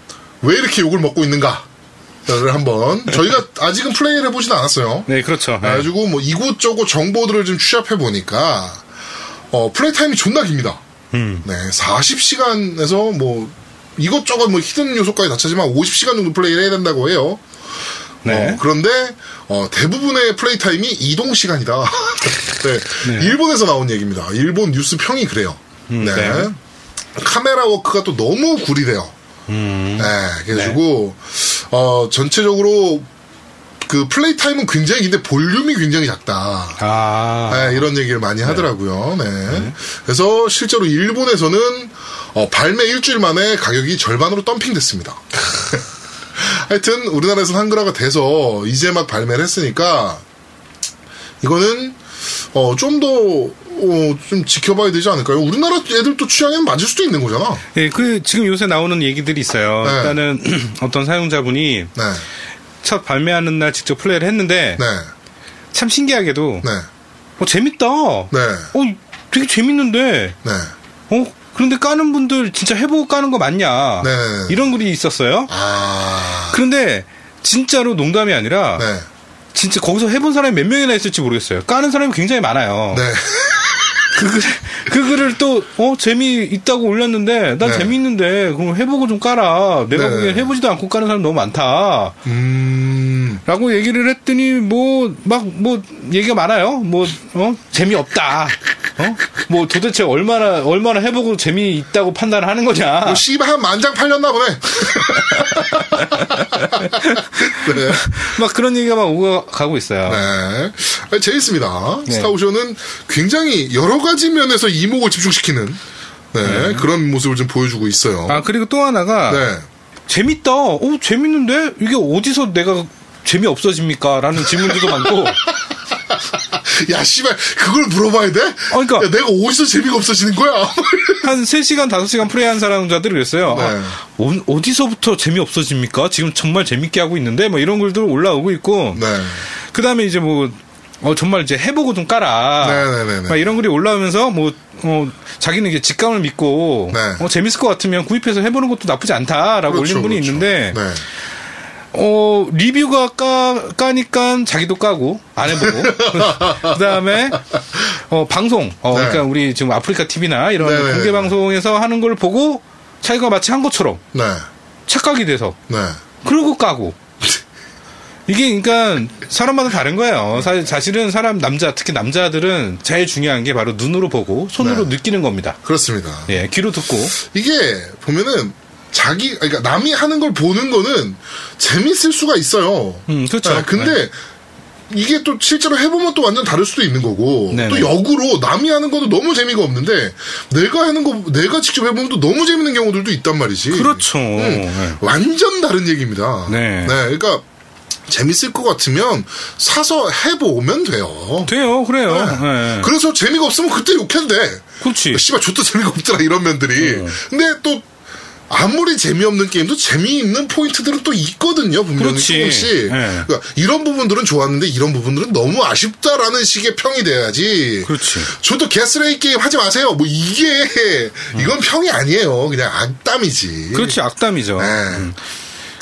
왜 이렇게 욕을 먹고 있는가를 한번 저희가 아직은 플레이를 해보진 않았어요.
네, 그렇죠. 네.
그래가지고 뭐 이곳저곳 정보들을 좀 취합해 보니까 어, 플레이 타임이 존나 깁니다.
음.
네, 40시간에서 뭐 이것저것 뭐 히든 요소까지 다 차지만 50시간 정도 플레이를 해야 된다고 해요.
네.
어, 그런데 어, 대부분의 플레이 타임이 이동 시간이다. 네, 일본에서 나온 얘기입니다. 일본 뉴스 평이 그래요. 네.
네.
카메라 워크가 또 너무 구리대요. 네, 그래가지고 어, 전체적으로 그 플레이 타임은 굉장히 긴데 볼륨이 굉장히 작다.
아.
네, 이런 얘기를 많이 하더라고요. 네. 그래서 실제로 일본에서는 어, 발매 일주일 만에 가격이 절반으로 덤핑됐습니다. 하여튼 우리나라에서는 한글화가 돼서 이제 막 발매를 했으니까 이거는 어, 좀 더 어, 좀 지켜봐야 되지 않을까요? 우리나라 애들 또 취향에는 맞을 수도 있는 거잖아.
예, 그 지금 요새 나오는 얘기들이 있어요.
네.
일단은 어떤 사용자분이
네,
첫 발매하는 날 직접 플레이를 했는데
네,
참 신기하게도
네,
어 재밌다.
네,
어 되게 재밌는데
네.
어 그런데 까는 분들 진짜 해보고 까는 거 맞냐?
네.
이런 글이 있었어요.
아,
그런데 진짜로 농담이 아니라
네,
진짜 거기서 해본 사람이 몇 명이나 있을지 모르겠어요. 까는 사람이 굉장히 많아요.
네,
그, 글, 그 글을 또, 어, 재미있다고 올렸는데, 난
네.
재미있는데, 그럼 해보고 좀 까라. 내가
네.
보기엔 해보지도 않고 까는 사람 너무 많다.
음,
라고 얘기를 했더니, 뭐, 막, 뭐, 얘기가 많아요. 뭐, 어, 재미없다. 어? 뭐, 도대체 얼마나, 얼마나 해보고 재미있다고 판단을 하는 거냐.
씨발 한 만장 팔렸나 보네. 네.
막 그런 얘기가 막 오고 가고 있어요.
네. 아니, 재밌습니다.
네.
스타우션은 굉장히 여러 가지 면에서 이목을 집중시키는 네, 그런 모습을 좀 보여주고 있어요.
아, 그리고 또 하나가,
네.
재밌다. 오, 재밌는데? 이게 어디서 내가 재미없어집니까? 라는 질문들도 많고,
야, 씨발, 그걸 물어봐야 돼?
그러니까.
야, 내가 어디서 재미가 없어지는 거야?
한 3시간, 5시간 플레이한 사람자들이 그랬어요.
네.
아, 어, 디서부터 재미없어집니까? 지금 정말 재밌게 하고 있는데, 뭐 이런 글들 올라오고 있고.
네.
그 다음에 이제 뭐, 어, 정말 이제 해보고 좀 깔아.
네네네네.
막 이런 글이 올라오면서 뭐, 어, 자기는 이제 직감을 믿고,
네.
어, 재밌을 것 같으면 구입해서 해보는 것도 나쁘지 않다라고 올린 분이
그렇죠.
있는데,
네.
어, 리뷰가 까, 까니까 자기도 까고, 안 해보고. 그 다음에, 어, 방송. 어,
네.
그러니까 우리 지금 아프리카 TV나 이런
네네네.
공개 방송에서 하는 걸 보고 자기가 마치 한 것처럼
네.
착각이 돼서.
네.
그러고 까고. 이게 그러니까 사람마다 다른 거예요. 사, 사실은 사람, 남자, 특히 남자들은 제일 중요한 게 바로 눈으로 보고 손으로
네.
느끼는 겁니다.
그렇습니다.
예, 귀로 듣고.
이게 보면은 자기 그러니까 남이 하는 걸 보는 거는 재밌을 수가 있어요.
음, 그렇죠.
네, 근데
네.
이게 또 실제로 해보면 또 완전 다를 수도 있는 거고
네네.
또 역으로 남이 하는 거는 너무 재미가 없는데 내가 하는 거 내가 직접 해보면 또 너무 재밌는 경우들도 있단 말이지. 음,
그렇죠. 네.
완전 다른 얘기입니다.
네.
그러니까 재밌을 것 같으면 사서 해보면 돼요.
돼요, 그래요.
네.
예.
그래서 재미가 없으면 그때 욕해도 돼.
그렇지. 어.
씨발 좋다 재미가 없더라 이런 면들이. 근데 또 아무리 재미없는 게임도 재미있는 포인트들은 또 있거든요 분명히
그렇지.
조금씩.
예.
그러니까 이런 부분들은 좋았는데 이런 부분들은 너무 아쉽다라는 식의 평이 돼야지.
그렇지.
저도 개스레이 게임 하지 마세요. 뭐 이게 이건 평이 아니에요. 그냥 악담이지.
음. 그렇지, 음. 악담이죠.
예.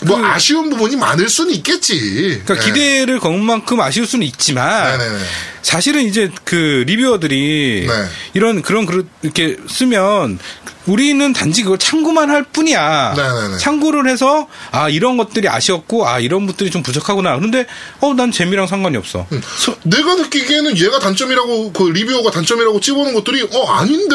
뭐 아쉬운 부분이 많을 수는 있겠지.
그러니까
예.
기대를 거는 만큼 아쉬울 수는 있지만
네네네.
사실은 이제 그 리뷰어들이
네.
이런 그런 글 이렇게 쓰면 우리는 단지 그걸 참고만 할 뿐이야.
네네네.
참고를 해서 아 이런 것들이 아쉬웠고 아 이런 것들이 좀 부족하구나. 그런데 어 난 재미랑 상관이 없어.
음,
소-
내가 느끼기에는 얘가 단점이라고 그 리뷰어가 단점이라고 찝어놓은 것들이 어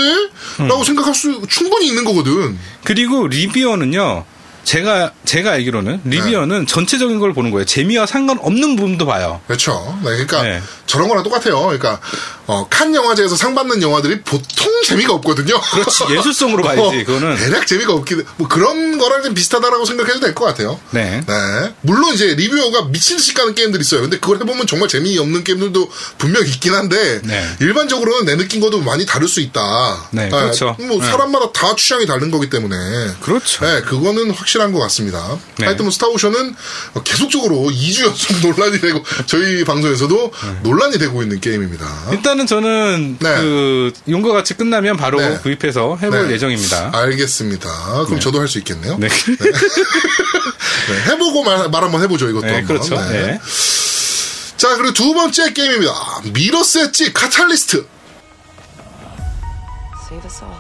아닌데라고 생각할 수 충분히 있는 거거든.
그리고 리뷰어는요. 제가 제가 알기로는
네.
리뷰어는 전체적인 걸 보는 거예요. 재미와 상관없는 부분도 봐요.
그렇죠. 네, 그러니까
네.
저런 거랑 똑같아요. 그러니까 어, 칸 영화제에서 상 받는 영화들이 보통 재미가 없거든요. 어,
그렇지, 예술성으로 봐야지, 그거는.
대략 재미가 없기 뭐 그런 거랑 좀 비슷하다라고 생각해도 될 것 같아요.
네.
물론 이제 리뷰어가 미친 듯이 까는 게임들이 있어요. 근데 그걸 해보면 정말 재미없는 게임들도 분명 있긴 한데
네.
일반적으로는 내 느낀 것도 많이 다를 수 있다.
네, 그렇죠.
뭐
네.
사람마다 다 취향이 다른 거기 때문에
그렇죠.
네, 그거는 확실한 것 같습니다.
네.
하여튼 뭐 스타오션은 계속적으로 2주 연속 논란이 되고 저희 방송에서도 논란이 되고 있는 게임입니다.
일단은 저는
네.
그 용과 같이 끝나면 바로
네.
구입해서 해볼
네.
예정입니다.
알겠습니다. 그럼 저도 할 수 있겠네요.
네.
네, 해보고 말, 말 한번 해보죠, 이것도.
네,
한번.
그렇죠.
네.
네.
자, 그리고 두 번째 게임입니다. 미러스 엣지 카탈리스트.
Save us all.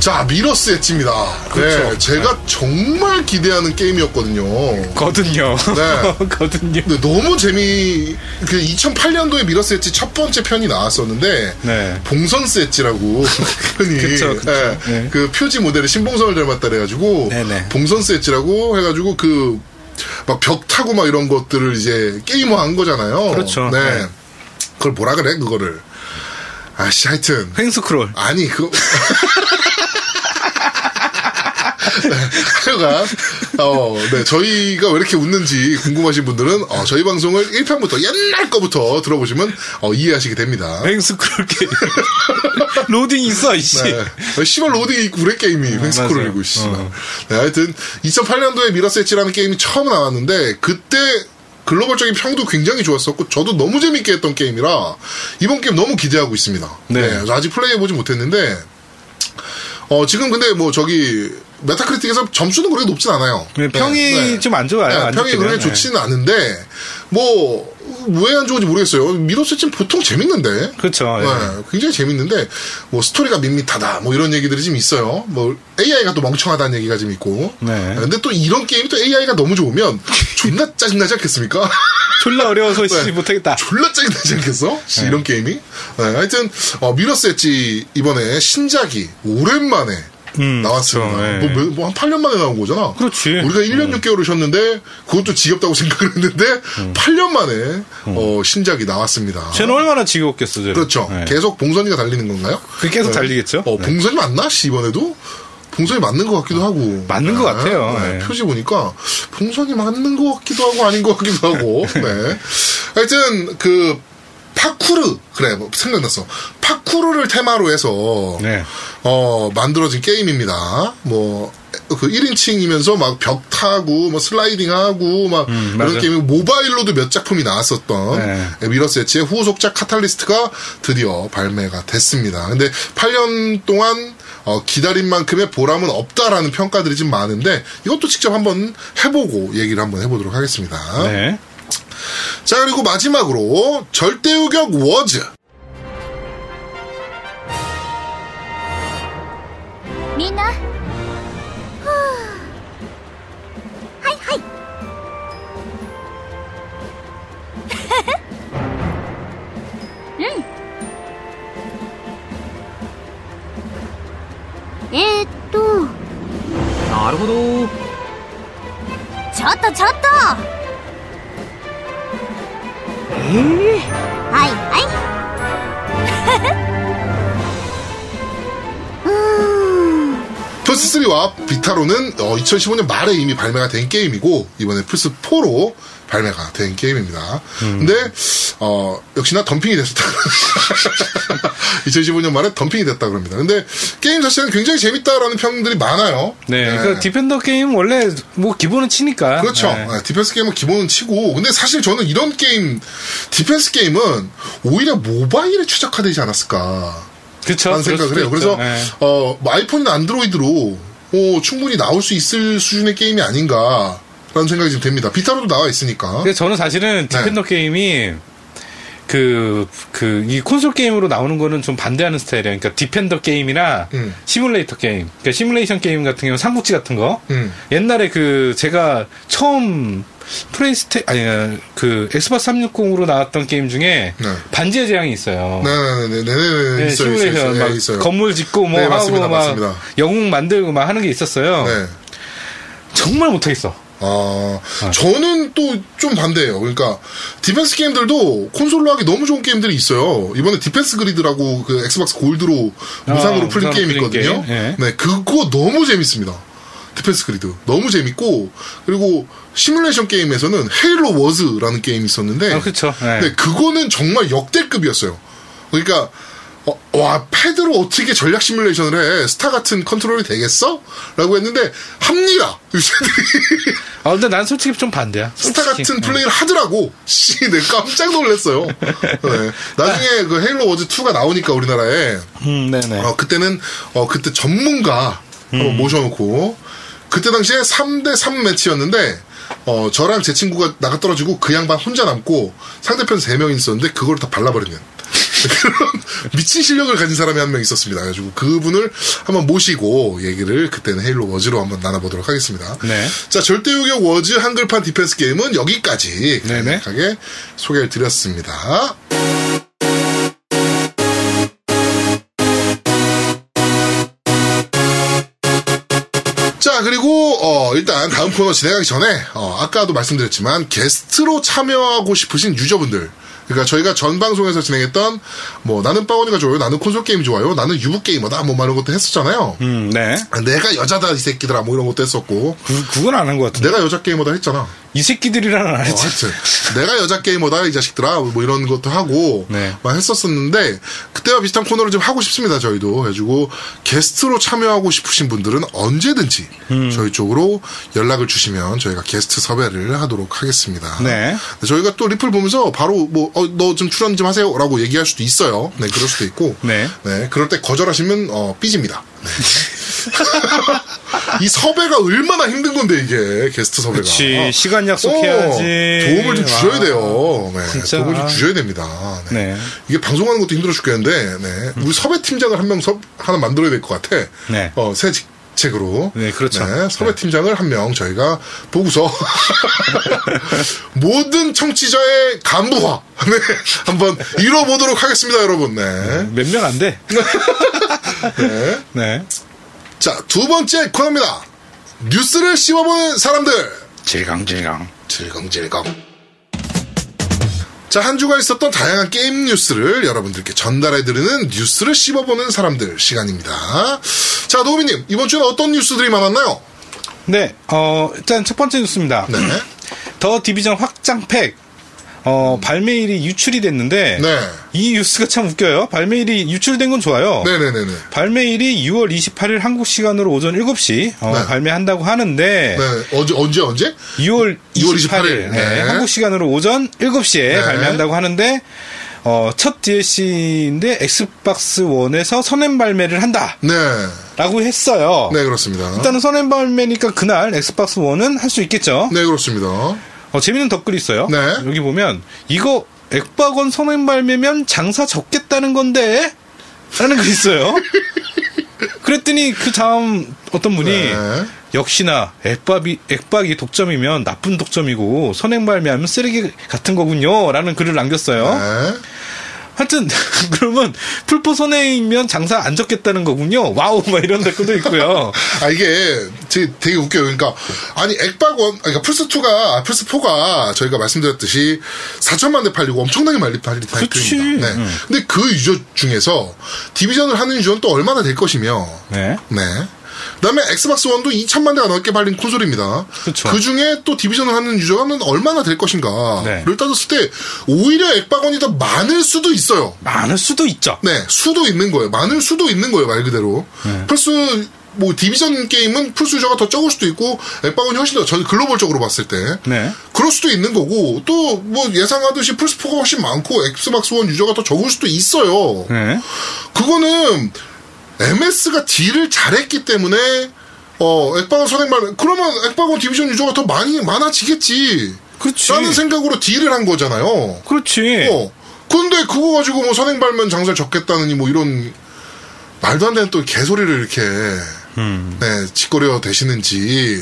자, 미러스 엣지입니다. 네,
그렇죠.
제가 정말 기대하는 게임이었거든요.
거든요.
네.
거든요.
근데 너무 재미 그 2008년도에 미러스 엣지 첫 번째 편이 나왔었는데
네.
봉선스 엣지라고 편이
그쵸, 그쵸.
예,
네.
그 표지 모델이 신봉선을 닮았다 그래가지고
네네.
봉선스 엣지라고 해가지고 그 막 벽 타고 막 이런 것들을 이제 게임화한 거잖아요.
그렇죠.
네.
네.
그걸 뭐라 그래 그거를 아씨 하여튼
횡스크롤.
아니 그거 하여간 어, 네, 저희가 왜 이렇게 웃는지 궁금하신 분들은 어, 저희 방송을 1편부터 옛날 거부터 들어보시면 어, 이해하시게 됩니다.
횡스크롤 게임. 로딩 있어, 이씨. 어,
네. 씨발 로딩이 우레 게임이 횡스크롤이고
맞아요. 어.
씨발. 네, 하여튼 2008년도에 미러세치라는 게임이 처음 나왔는데 그때 글로벌적인 평도 굉장히 좋았었고 저도 너무 재밌게 했던 게임이라 이번 게임 너무 기대하고 있습니다.
네.
그래서 아직 플레이해 보지 못했는데 어 지금 근데 뭐 저기 메타크리틱에서 점수는 그렇게 높진 않아요.
네, 평이 좀 안 좋아요, 안
평이
좋기는.
그렇게
네.
좋지는 않은데 뭐 왜 안 좋은지 모르겠어요. 미러세치는 보통 재밌는데.
그렇죠. 예.
네, 굉장히 재밌는데 뭐 스토리가 밋밋하다 뭐 이런 얘기들이 좀 있어요. 뭐 AI가 또 멍청하다는 얘기가 좀 있고. 어,
네.
근데 또 이런 게임이 또 AI가 너무 좋으면 존나 짜증나지 않겠습니까?
졸라 어려워서 씨
네.
못하겠다.
졸라 짜증나지 않겠어? 씨, 이런 네, 게임이. 네, 하여튼 어, 미러스 엣지 이번에 신작이 오랜만에 나왔습니다.
그쵸, 예.
뭐, 몇- 뭐한 8년 만에 나온 거잖아.
그렇지. 음.
우리가 1년 6개월을 쉬었는데 그것도 지겹다고 생각을 했는데 8년 만에
음.
어, 신작이 나왔습니다.
쟤는 얼마나 지겹겠어, 쟤는.
그렇죠.
네.
계속 봉선이가 달리는 건가요?
그 계속 달리겠죠?
어, 봉선이 맞나? 씨, 이번에도? 봉선이 맞는 것 같기도 하고.
맞는 것 같아요.
네,
예.
표지 보니까 봉선이 맞는 것 같기도 하고 아닌 것 같기도 하고. 네. 하여튼 그 파쿠르 그래 뭐 생각났어. 파쿠르를 테마로 해서
네.
어, 만들어진 게임입니다. 뭐, 그 1인칭이면서 막 벽 타고, 뭐 슬라이딩 하고, 막
음, 맞아.
이런 게임이 모바일로도 몇 작품이 나왔었던
네.
미러스의 후속작 카탈리스트가 드디어 발매가 됐습니다. 근데 8년 동안 어, 기다린 만큼의 보람은 없다라는 평가들이 좀 많은데 이것도 직접 한번 해보고 얘기를 한번 해보도록 하겠습니다.
네.
자, 그리고 마지막으로 절대 요격 워즈.
Mina? hi, hi. Hmm. mm. えーっと
なるほど
ちょっとちょっとはいはいうーん
플스3와 비타로는 2015년 말에 이미 발매가 된 게임이고 이번에 플스4로 발매가 된 게임입니다.
음.
근데 어, 역시나 덤핑이 됐었다. 2015년 말에 덤핑이 됐다 그럽니다. 근데 게임 자체는 굉장히 재밌다라는 평들이 많아요.
네.
네.
그 디펜더 게임 원래 뭐 기본은 치니까.
그렇죠.
네.
네, 디펜스 게임은 기본은 치고 근데 사실 저는 이런 게임 디펜스 게임은 오히려 모바일에 최적화되지 않았을까.
아, 그쵸.
라는 생각을 해요. 그렇죠. 그래서
네.
어, 뭐 아이폰이나 안드로이드로 어, 충분히 나올 수 있을 수준의 게임이 아닌가라는 생각이 지금 됩니다. 비타로도 나와 있으니까.
근데 저는
네.
사실은 디펜더 게임이 그, 그, 이 콘솔 게임으로 나오는 거는 좀 반대하는 스타일이에요. 그러니까 디펜더 게임이나
음.
시뮬레이터 게임. 그러니까 시뮬레이션 게임 같은 경우는 삼국지 같은 거.
음.
옛날에 그, 제가 처음 프레이스테, 아니, 그, 엑스박스 360으로 나왔던 게임 중에
네.
반지의 제왕이 있어요.
네네네네네
네,
있어요 있어요
시뮬레이션
있어요.
막
예, 있어요.
건물 짓고 뭐
네,
하고
맞습니다,
막
맞습니다.
영웅 만들고 막 하는 게 있었어요.
네.
정말 못하겠어.
아, 저는 또 좀 반대예요. 그러니까 디펜스 게임들도 콘솔로 하기 너무 좋은 게임들이 있어요. 이번에 디펜스 그리드라고 그 엑스박스 골드로 무상으로
아,
풀린
무상으로
게임
풀린
있거든요.
게임? 예.
네, 그거 너무 재밌습니다. 디펜스 그리드 너무 재밌고 그리고 시뮬레이션 게임에서는 헤일로 워즈라는 게임이 있었는데
아, 그쵸. 예.
네, 그거는 정말 역대급이었어요. 그러니까 어, 와 패드로 어떻게 전략 시뮬레이션을 해 스타 같은 컨트롤이 되겠어?라고 했는데 합니다 유저들이
아, 근데 난 솔직히 좀 반대야.
스타
솔직히.
같은 플레이를 하더라고. 씨, 내 깜짝 놀랐어요. 네. 나중에 그 헤일로 워즈 2가 나오니까 우리나라에
음, 네네. 음.
어, 그때는 어, 그때 전문가 한번 모셔놓고 그때 당시에 3대 3 매치였는데 어, 저랑 제 친구가 나가 떨어지고 그 양반 혼자 남고 상대편 3명 있었는데 그걸 다 발라버리는 그런 미친 실력을 가진 사람이 한 명 있었습니다. 그래가지고 그분을 한번 모시고 얘기를 그때는 헤일로 워즈로 한번 나눠보도록 하겠습니다.
네.
자, 절대 요격 워즈 한글판 디펜스 게임은 여기까지
네네.
간략하게 소개를 드렸습니다. 자 그리고 어, 일단 다음 코너 진행하기 전에 어, 아까도 말씀드렸지만 게스트로 참여하고 싶으신 유저분들 그러니까 저희가 전 방송에서 진행했던 뭐 나는 빠오니가 좋아요 나는 콘솔 게임이 좋아요 나는 유부 게이머다 뭐 이런 것도 했었잖아요
음, 네.
내가 여자다 이 새끼들아 뭐 이런 것도 했었고
그, 그건 안 한 것 같은데.
내가 여자 게이머다 했잖아
이 새끼들이라는 안
어,
했지.
하여튼 내가 여자 게이머다 이 자식들아 뭐 이런 것도 하고
네.
막 했었었는데 그때와 비슷한 코너를 좀 하고 싶습니다 저희도 해주고 게스트로 참여하고 싶으신 분들은 언제든지
음.
저희 쪽으로 연락을 주시면 저희가 게스트 섭외를 하도록 하겠습니다.
네.
저희가 또 리플 보면서 바로 뭐 너 좀 출연 좀 하세요라고 얘기할 수도 있어요. 네 그럴 수도 있고
네.
그럴 때 거절하시면 어, 삐집니다. 네. 이 섭외가 얼마나 힘든 건데 이게 게스트 섭외가.
그치.
아.
시간 약속해야지.
어, 도움을 좀 주셔야
와.
돼요. 네,
진짜.
도움을 좀 주셔야 됩니다. 네.
네.
이게 방송하는 것도 힘들어 죽겠는데, 네. 우리 섭외 팀장을 한 명 섭, 하나 만들어야 될 것 같아.
네.
어, 새 직책으로.
네, 그렇죠.
섭외 팀장을 한 명 저희가 보고서 모든 청취자의 간부화. 네. 한번
아,
이뤄보도록 하겠습니다, 여러분. 네.
몇 명 안 돼.
네.
네.
자, 두 번째 코너입니다. 뉴스를 씹어보는 사람들.
질강질강.
질겅질겅. 자, 한 주가 있었던 다양한 게임 뉴스를 여러분들께 전달해드리는 뉴스를 씹어보는 사람들 시간입니다. 자, 노우미님, 이번 주에는 어떤 뉴스들이 많았나요?
네, 어, 일단 첫 번째 뉴스입니다.
네.
더 디비전 확장팩. 어, 발매일이 유출이 됐는데
네.
이 뉴스가 참 웃겨요. 발매일이 유출된 건 좋아요.
네네네네.
발매일이 6월 28일 한국 시간으로 오전 7시 어,
네.
발매한다고 하는데
네. 언제, 언제, 언제?
6월
6월 네.
28일, 네, 한국 시간으로 오전 7시에 발매한다고 하는데 어, 첫 DLC인데 엑스박스 1에서 선행 발매를 한다라고
네.
했어요.
네, 그렇습니다.
일단은 선행 발매니까 그날 엑스박스 1은 할 수 있겠죠.
네, 그렇습니다.
어, 재밌는 댓글이 있어요.
네.
여기 보면 이거 액박원 선행 발매면 장사 적겠다는 건데 라는 게 있어요. 그랬더니 그 다음 어떤 분이
네.
역시나 액박이 액박이 독점이면 나쁜 독점이고 선행 발매하면 쓰레기 같은 거군요라는 글을 남겼어요.
네.
하여튼 그러면 풀포 선행이면 장사 안 적겠다는 거군요. 와우 막 이런 댓글도 있고요.
아 이게 되- 되게 웃겨요. 그러니까 아니 액박원 그러니까 플스 2가 플스 4가 저희가 말씀드렸듯이 4천만 대 팔리고 엄청나게 많이 팔린
그치. 음.
타이틀입니다. 네. 근데 그 유저 중에서 디비전을 하는 유저는 또 얼마나 될 것이며.
네.
네. 그다음에 엑스박스 원도 2천만 대가 넘게 팔린 콘솔입니다.
그쵸.
중에 또 디비전을 하는 유저는 얼마나 될 것인가를
네.
따졌을 때 오히려 액박원이 더 많을 수도 있어요.
많을 수도 있죠.
네, 수도 있는 거예요. 많을 수도 있는 거예요, 말 그대로.
네.
플스, 뭐, 디비전 게임은 플스 유저가 더 적을 수도 있고, 앱방은 훨씬 더, 저는 글로벌적으로 봤을 때.
네.
그럴 수도 있는 거고, 또, 뭐, 예상하듯이 플스4가 훨씬 많고, 엑스박스 원 유저가 더 적을 수도 있어요.
네.
그거는, MS가 딜을 잘했기 때문에, 어, 액박은 선행만, 그러면 액박은 디비전 유저가 더 많이, 많아지겠지.
그렇지.
라는 생각으로 딜을 한 거잖아요.
그렇지.
어. 근데 그거 가지고 뭐 선행 발면 장사 적겠다느니 뭐 이런 말도 안 되는 또 개소리를 이렇게 네 짓거려 대시는지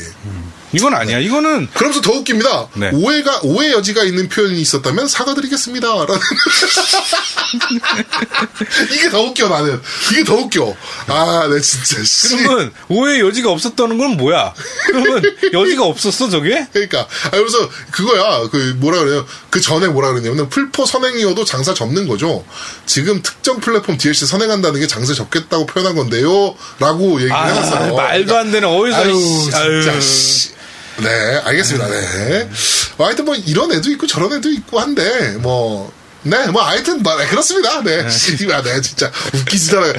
이건 아니야. 이거는
그러면서 더 웃깁니다.
네.
오해가 오해 여지가 있는 표현이 있었다면 사과드리겠습니다라는 이게 더 웃겨 나는 이게 더 웃겨 아네 진짜 씨.
그러면 오해 여지가 없었다는 건 뭐야? 그러면 여지가 없었어 저게?
그러니까 아 그래서 그거야 그 뭐라 그래요 그 전에 뭐라 그러냐면 풀포 선행이어도 장사 접는 거죠 지금 특정 플랫폼 DLC 선행한다는 게 장사 접겠다고 표현한 건데요라고 얘기를
아,
해놨어요
말도 안 되는 어디서
아유
이 씨, 아유.
진짜 씨. 네 알겠습니다 네 어, 하여튼 뭐 이런 애도 있고 저런 애도 있고 한데 뭐 네, 뭐, 하여튼, 뭐, 네, 그렇습니다. 네, 씨발, 네, 진짜, 웃기지도 않아요.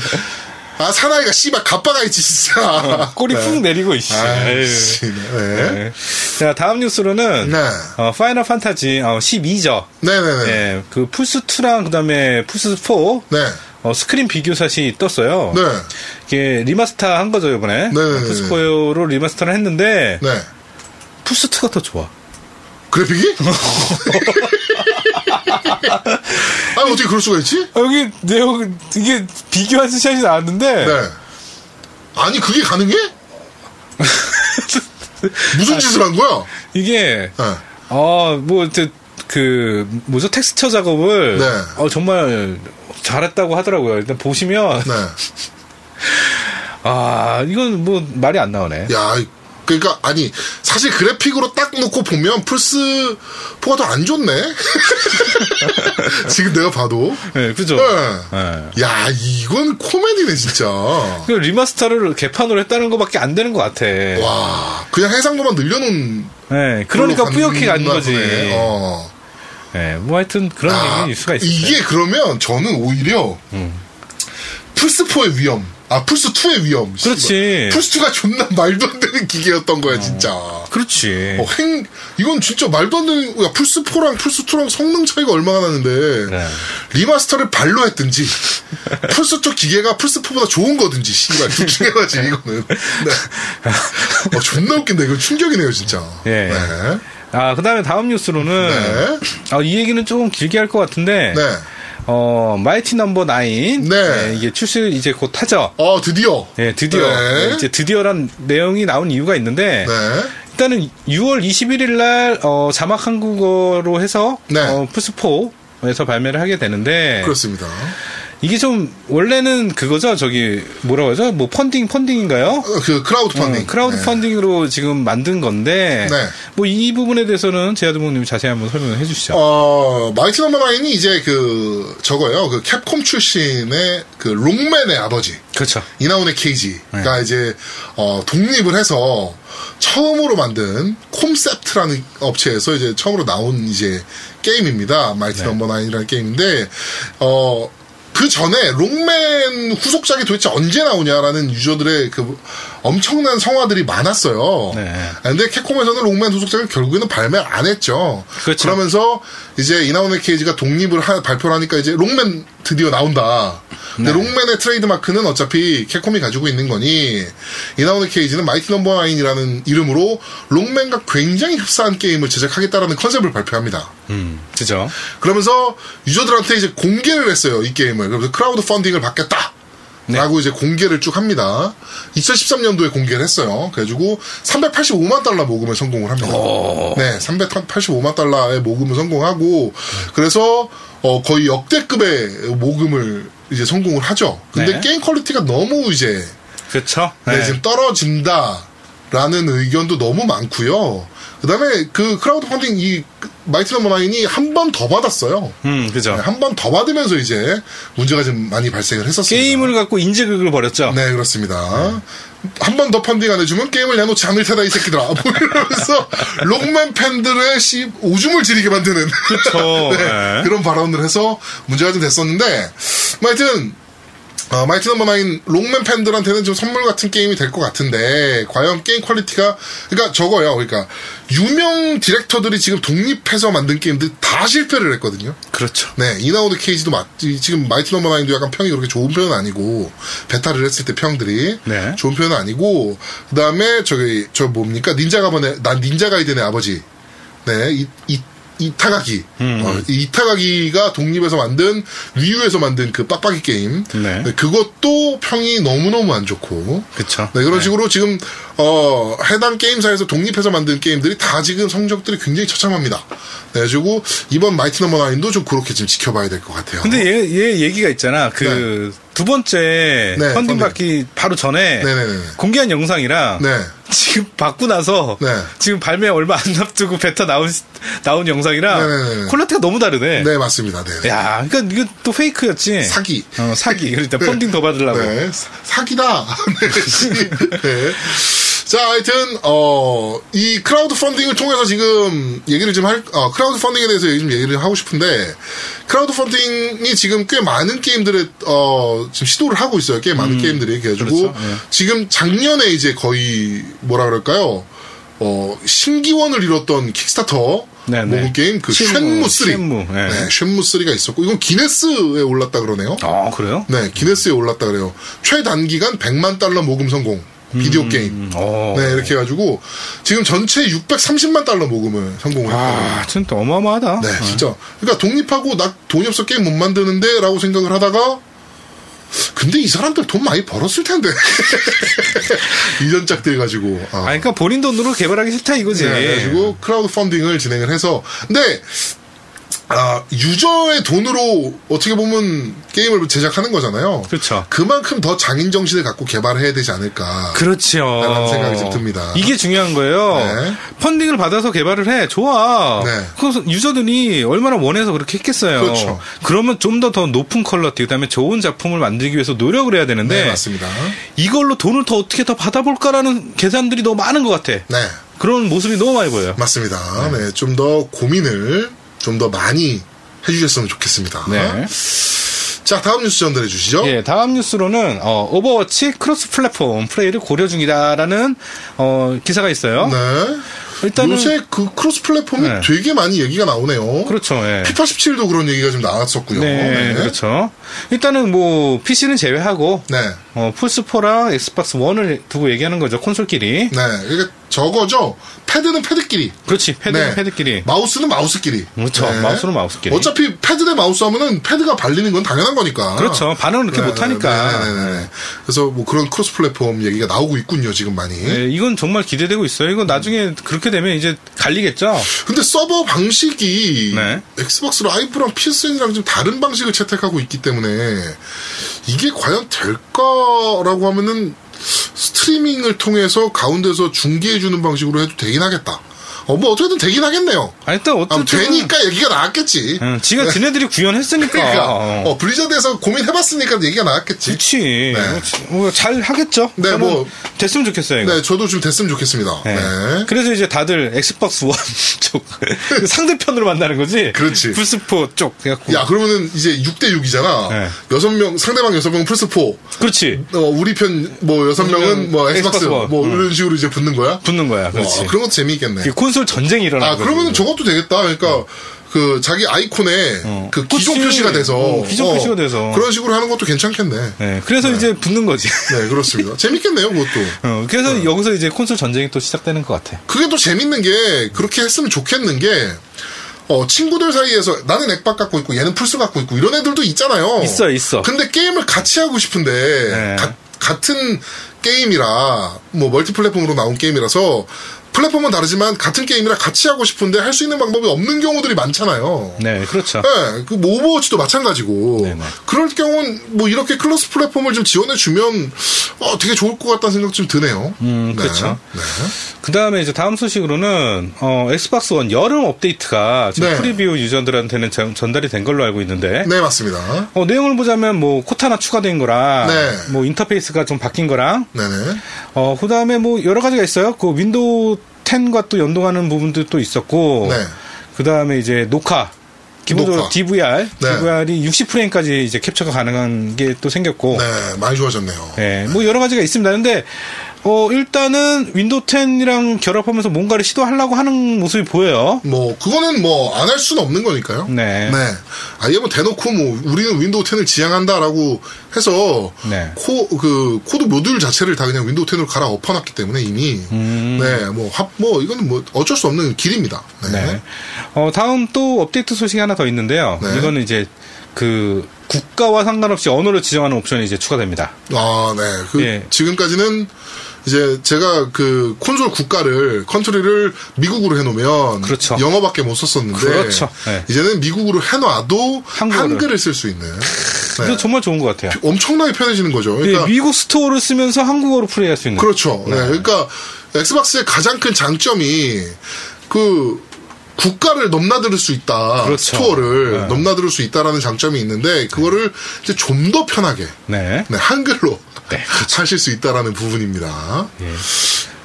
아, 사나이가, 씨발, 갑바가 있지, 진짜. 네.
꼬리 푹 내리고 있어.
아유, 씨, 네.
네. 자 다음 뉴스로는
네.
어, 파이널 판타지 어, 12죠.
네네네.
예, 그 플스 2랑 그다음에 플스 4
네.
어, 스크린 비교샷이 떴어요.
네.
이게 리마스터 한 거죠 이번에.
네네네.
플스 4로 리마스터를 했는데
네.
플스 2가 더 좋아.
그래픽이? 아니, 어떻게 그럴 수가 있지?
아, 여기 내용 이게 비교한 샷이 나왔는데
네. 아니, 그게 가능해? 무슨 짓을 한 거야?
이게
네.
아, 뭐, 저, 그, 뭐죠? 텍스처 작업을.
네.
어, 정말 잘했다고 하더라고요. 일단 보시면.
네.
아, 이건 뭐, 말이 안 나오네.
야, 그러니까, 아니, 사실 그래픽으로 딱 놓고 보면 플스4가 더 안 좋네? 지금 내가 봐도.
네, 그죠?
네.
네.
야, 이건 코미디네, 진짜.
그 리마스터를 개판으로 했다는 것밖에 안 되는 것 같아.
와, 그냥 해상도만 늘려놓은.
네, 그러니까
걸로
뿌옇게 간
갔나
거지.
보네. 어. 아,
네, 뭐 하여튼 그런 얘기 뉴스가 있어요. 음.
이게 그러면 저는 오히려 플스4의 위험, 아, 플스2의 위험.
그렇지. 어.
플스2가 존나 말도 안 되는 기계였던 거야, 진짜.
그렇지.
어, 행, 이건 진짜 말도 안 되는, 야, 플스4랑 플스2랑 성능 차이가 얼마나 나는데,
네.
리마스터를 발로 했든지, 플스2 기계가 플스4보다 좋은 거든지, 씨발, 둘 중에 하나지, 이거는. 네. 어, 존나 웃긴데, 이거 충격이네요, 진짜.
예.
네.
아, 그 다음에 다음 뉴스로는.
네.
아, 이 얘기는 조금 길게 할 것 같은데.
네.
어, 마이티 넘버 나인. 예,
네.
이게 출시 이제 곧 하죠.
어, 드디어.
네, 드디어
네.
네, 이제 드디어란 내용이 나온 이유가 있는데
네.
일단은 6월 21일 날 어, 자막 한국어로 해서
네.
어, 플스4에서 발매를 하게 되는데
그렇습니다.
이게 좀 원래는 그거죠. 저기 뭐라고 하죠? 뭐 펀딩 펀딩인가요?
어, 그 크라우드 펀딩.
어, 크라우드
네.
펀딩으로 지금 만든 건데
네.
뭐 이 부분에 대해서는 제아드모님 자세히 한번 설명을 해주시죠.
어, 마이티 넘버 나인이 이제 그, 저거예요. 그 캡콤 출신의 그 롱맨의 아버지.
그렇죠.
이나운의 케이지가 이제 어, 독립을 해서 처음으로 만든 콤셉트라는 업체에서 이제 처음으로 나온 이제 게임입니다. 마이티 넘버 나인이라는 게임인데 어. 그 전에 롱맨 후속작이 도대체 언제 나오냐라는 유저들의 그 엄청난 성화들이 많았어요.
네.
아, 근데 캡콤에서는 롱맨 후속작을 결국에는 발매 안 했죠.
그렇죠.
러면 하면서 이제 이나오네 케이지가 독립을 하- 발표를 하니까 이제 롱맨 드디어 나온다. 근데
네.
롱맨의 트레이드 마크는 어차피 캡콤이 가지고 있는 거니 이나오네 케이지는 마이티 넘버 나인이라는 이름으로 롱맨과 굉장히 흡사한 게임을 제작하겠다라는 컨셉을 발표합니다.
음, 그죠.
그러면서 유저들한테 이제 공개를 했어요 이 게임을. 그래서 크라우드 펀딩을 받겠다. 라고 이제 공개를 쭉 합니다. 2013년도에 공개를 했어요. 그래가지고 385만 달러 모금에 성공을 합니다. 네, 385만 달러의 모금을 성공하고 그래서 어, 거의 역대급의 모금을 이제 성공을 하죠. 근데
네.
게임 퀄리티가 너무 이제
그렇죠.
네, 지금 떨어진다라는 의견도 너무 많고요. 그다음에 그 크라우드 펀딩 이 마이티 넘버 나인이 한 번 더 받았어요.
음, 그죠.
네, 한 번 더 받으면서 이제 문제가 좀 많이 발생을 했었습니다.
게임을 갖고 인재극을 벌였죠.
네 그렇습니다. 한 번 더 펀딩 안 해주면 게임을 내놓지 않을 테다 이 새끼들아. 뭐 이러면서 롱맨 팬들의 씨 오줌을 지리게 만드는
그쵸.
네,
네.
그런 발언을 해서 문제가 좀 됐었는데 뭐 하여튼 어, 마이티 넘버 나인 롱맨 팬들한테는 좀 선물 같은 게임이 될 것 같은데 과연 게임 퀄리티가 그러니까 저거요 그러니까 유명 디렉터들이 지금 독립해서 만든 게임들 다 실패를 했거든요.
그렇죠.
네, 이나우드 케이지도 마- 이- 지금 마이티 넘버 나인도 약간 평이 그렇게 좋은 편은 아니고 베타를 했을 때 평들이
네.
좋은 편은 아니고 그다음에 저기 저 뭡니까 닌자 가번의 난 닌자 가이드의 아버지 네, 이, 이 이타가기
음,
어, 이 이타가기가 독립해서 만든 위유에서 만든 그 빡빡이 게임
네.
그것도 평이 너무너무 안 좋고
그쵸.
네, 그런 식으로 지금 어, 해당 게임사에서 독립해서 만든 게임들이 다 지금 성적들이 굉장히 처참합니다. 네, 그래가지고 이번 마이티 넘버 나인도 좀 그렇게 지금 지켜봐야 될 것 같아요.
근데 얘, 얘 얘기가 있잖아. 그 두 번째
네, 펀딩.
펀딩 받기 바로 전에
네네네.
공개한 영상이랑
네.
지금 받고 나서
네.
지금 발매 얼마 안 앞두고 베타 나온 시- 나온 영상이랑
네네네.
퀄리티가 너무 다르네.
네, 맞습니다. 네. 네.
야, 그러니까 이건 또 페이크였지.
사기.
어, 사기. 그러니까 펀딩 더 받으려고.
네, 사- 사기다. 네. 네. 자, 하여튼 어, 이 크라우드 펀딩을 통해서 지금 얘기를 좀 할, 어, 크라우드 펀딩에 대해서 얘기 좀 얘기를 하고 싶은데 크라우드 펀딩이 지금 꽤 많은 게임들의 어, 지금 시도를 하고 있어요. 꽤 많은 게임들이 그래가지고
음, 그렇죠. 네.
지금 작년에 이제 거의 뭐라 그럴까요? 어, 신기원을 이뤘던 킥스타터
네, 네.
모금 게임 그 쉔무 3,
쉔무, 쉔무, 네.
네, 쉔무 3가 있었고 이건 기네스에 올랐다 그러네요.
아, 그래요?
네, 기네스에 올랐다 그래요. 최단기간 100만 달러 모금 성공. 비디오 게임.
어.
네, 이렇게 해가지고, 지금 전체 630만 달러 모금을 성공을 했거든요.
아, 진짜 어마어마하다.
네, 진짜. 그러니까 독립하고 나 돈이 없어 게임 못 만드는데? 라고 생각을 하다가, 근데 이 사람들 돈 많이 벌었을 텐데. 이전작들 가지고.
아, 그러니까 본인 돈으로 개발하기 싫다 이거지.
네, 그래가지고 크라우드 펀딩을 진행을 해서 근데 아, 유저의 돈으로 어떻게 보면 게임을 제작하는 거잖아요.
그렇죠.
만큼더 장인 정신을 갖고 개발해야 되지 않을까.
그렇지요.
라는 생각이 좀 듭니다.
이게 중요한 거예요.
네.
펀딩을 받아서 개발을 해. 좋아.
네.
그래서 유저들이 얼마나 원해서 그렇게 했겠어요.
그렇죠.
러면 좀 더 더 높은 퀄러티, 그다음에 좋은 작품을 만들기 위해서 노력을 해야 되는데
네, 맞습니다.
이걸로 돈을 더 어떻게 더 받아볼까라는 계산들이 너무 많은 것 같아.
네,
그런 모습이 너무 많이 보여요.
맞습니다. 네, 좀 더 고민을 좀 더 많이 해주셨으면 좋겠습니다.
네.
자, 다음 뉴스 전달해 주시죠.
예, 다음 뉴스로는 어, 오버워치 크로스 플랫폼 플레이를 고려 중이다라는 어, 기사가 있어요.
네.
일단은
요새 그 크로스 플랫폼이
네.
되게 많이 얘기가 나오네요.
그렇죠. 예.
피파 17도 그런 얘기가 좀 나왔었고요.
네, 그렇죠. 일단은 뭐 PC는 제외하고
네.
어, 플스4랑 엑스박스 1을 두고 얘기하는 거죠. 콘솔끼리.
네, 그러니까 저거죠. 패드는 패드끼리.
그렇지 패드는
네.
패드끼리
마우스는 마우스끼리. 네.
그렇죠. 마우스는 마우스끼리.
어차피 패드 대 마우스 하면은 패드가 발리는 건 당연한 거니까. 네,
그렇죠. 반응을 이렇게 못하니까.
네네네. 그래서 뭐 그런 크로스 플랫폼 얘기가 나오고 있군요, 지금 많이.
네, 이건 정말 기대되고 있어요. 이거 나중에 그렇게 되면 이제 갈리겠죠.
근데 서버 방식이
네.
엑스박스 라이브랑 PSN이랑 좀 다른 방식을 채택하고 있기 때문에 이게 과연 될까라고 하면은 스트리밍을 통해서 가운데서 중계해주는 방식으로 해도 되긴 하겠다. 어, 뭐 어떻게든 되긴 하겠네요.
아, 일단
아,
어쨌든
되니까 얘기가 나왔겠지.
응, 지가 지네들이 구현했으니까.
그러니까
어.
어, 블리자드에서 고민해봤으니까 얘기가 나왔겠지.
그렇지.
네.
뭐 지- 뭐잘 하겠죠.
네,
저는
뭐.
됐으면 좋겠어요. 이거.
네, 저도 좀 됐으면 좋겠습니다.
네.
네.
그래서 이제 다들 엑스박스 원 쪽, 그 상대편으로 만나는 거지?
그렇지.
플스포 쪽. 그래갖고.
야, 그러면은 이제 6대6이잖아.
네.
여섯 명 상대방 여섯 명 플스4.
그렇지.
어, 우리 편 뭐 여섯 명은 뭐 엑스박스
엑스박스 원. 음.
뭐 이런 식으로 이제 붙는 거야?
붙는 거야. 그렇지.
와, 그런 것도 재미있겠네.
이게 콘솔 전쟁이 일어나.
아, 그러면은 저것도 되겠다. 그러니까 그 자기 아이콘에
어.
그 기종
그치.
표시가 돼서
어, 기종 표시가 돼서.
그런 식으로 하는 것도 괜찮겠네. 네,
네, 그래서 이제 붙는 거지.
그렇습니다. 재밌겠네요, 그것도.
어, 그래서
네.
여기서 이제 콘솔 전쟁이 또 시작되는 것 같아.
그게 또 재밌는 게 그렇게 했으면 좋겠는 게 어, 친구들 사이에서 나는 액박 갖고 있고 얘는 풀스 갖고 있고 이런 애들도 있잖아요.
있어, 있어.
근데 게임을 같이 하고 싶은데
네.
가- 같은 게임이라 뭐 멀티 플랫폼으로 나온 게임이라서 플랫폼은 다르지만 같은 게임이라 같이 하고 싶은데 할 수 있는 방법이 없는 경우들이 많잖아요.
네, 그렇죠.
네, 그 오버워치도 마찬가지고
네네.
그럴 경우는 뭐 이렇게 클러스 플랫폼을 좀 지원해 주면 어 되게 좋을 것 같다는 생각 좀 드네요.
음, 그렇죠.
네.
그 다음에 이제 다음 소식으로는, 어, 엑스박스 원 여름 업데이트가 지금
네.
프리뷰 유저들한테는 전- 전달이 된 걸로 알고 있는데,
네, 맞습니다.
어, 내용을 보자면 뭐 코타나 추가된 거랑,
네.
뭐 인터페이스가 좀 바뀐 거랑,
네네.
어, 그 다음에 뭐 여러 가지가 있어요. 그 윈도우 10과 또 연동하는 부분도 또 있었고,
네.
그 다음에 이제 녹화. 기본적으로
녹화.
DVR,
네.
DVR이 60프레임까지 이제 캡처가 가능한 게 또 생겼고,
네, 많이 좋아졌네요.
예, 뭐 여러 가지가 있습니다. 근데 어 일단은 윈도우 10이랑 결합하면서 뭔가를 시도하려고 하는 모습이 보여요.
뭐 그거는 뭐 안 할 수는 없는 거니까요.
네.
아예 뭐 대놓고 뭐 우리는 윈도우 10을 지향한다라고 해서
네.
코 그 코드 모듈 자체를 다 그냥 윈도우 10으로 갈아 엎어놨기 때문에 이미
음.
네, 뭐 합 뭐 이거는 뭐 어쩔 수 없는 길입니다. 네.
네. 어 다음 또 업데이트 소식이 하나 더 있는데요.
네.
이거는 이제 그 국가와 상관없이 언어를 지정하는 옵션이 이제 추가됩니다.
아, 네. 그
예.
지금까지는 이제 제가 그 콘솔 국가를 컨트리를 미국으로 해놓으면
그렇죠.
영어밖에 못 썼었는데
그렇죠. 네.
이제는 미국으로 해놔도
한국어를.
한글을 쓸 수 있는 네.
그래서 정말 좋은 것 같아요.
엄청나게 편해지는 거죠. 그러니까
예, 미국 스토어를 쓰면서 한국어로 플레이할 수 있는.
그렇죠. 네, 그러니까 엑스박스의 가장 큰 장점이 그 국가를 넘나들 수 있다.
그렇죠.
스토어를
네.
넘나들 수 있다라는 장점이 있는데 그거를 이제 좀 더 편하게
네.
네, 한글로 하실 수 있다라는 부분입니다. 네.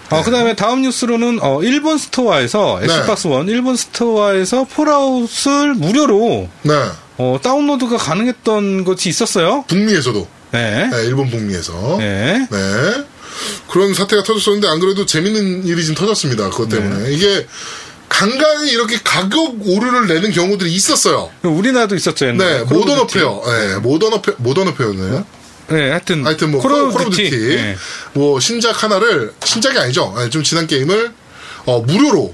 어, 그다음에 다음 뉴스로는 어, 일본 스토어에서 엑스박스 원 일본 스토어에서 폴아웃을 무료로
네.
어, 다운로드가 가능했던 것이 있었어요.
북미에서도
네.
네, 일본 북미에서
네.
네. 그런 사태가 터졌었는데 안 그래도 재밌는 일이 좀 터졌습니다.
네.
그것 때문에 이게 간간히 이렇게 가격 오류를 내는 경우들이 있었어요.
우리나라도 있었죠. 옛날에.
네,
콜 오브
모던
듀티.
어페어. 네, 모던 어페어, 모던 어페어였나요?
네, 하여튼.
하여튼 뭐,
콜 오브
콜 오브
듀티.
듀티.
네.
뭐, 신작 하나를, 신작이 아니죠. 네, 좀 지난 게임을, 어, 무료로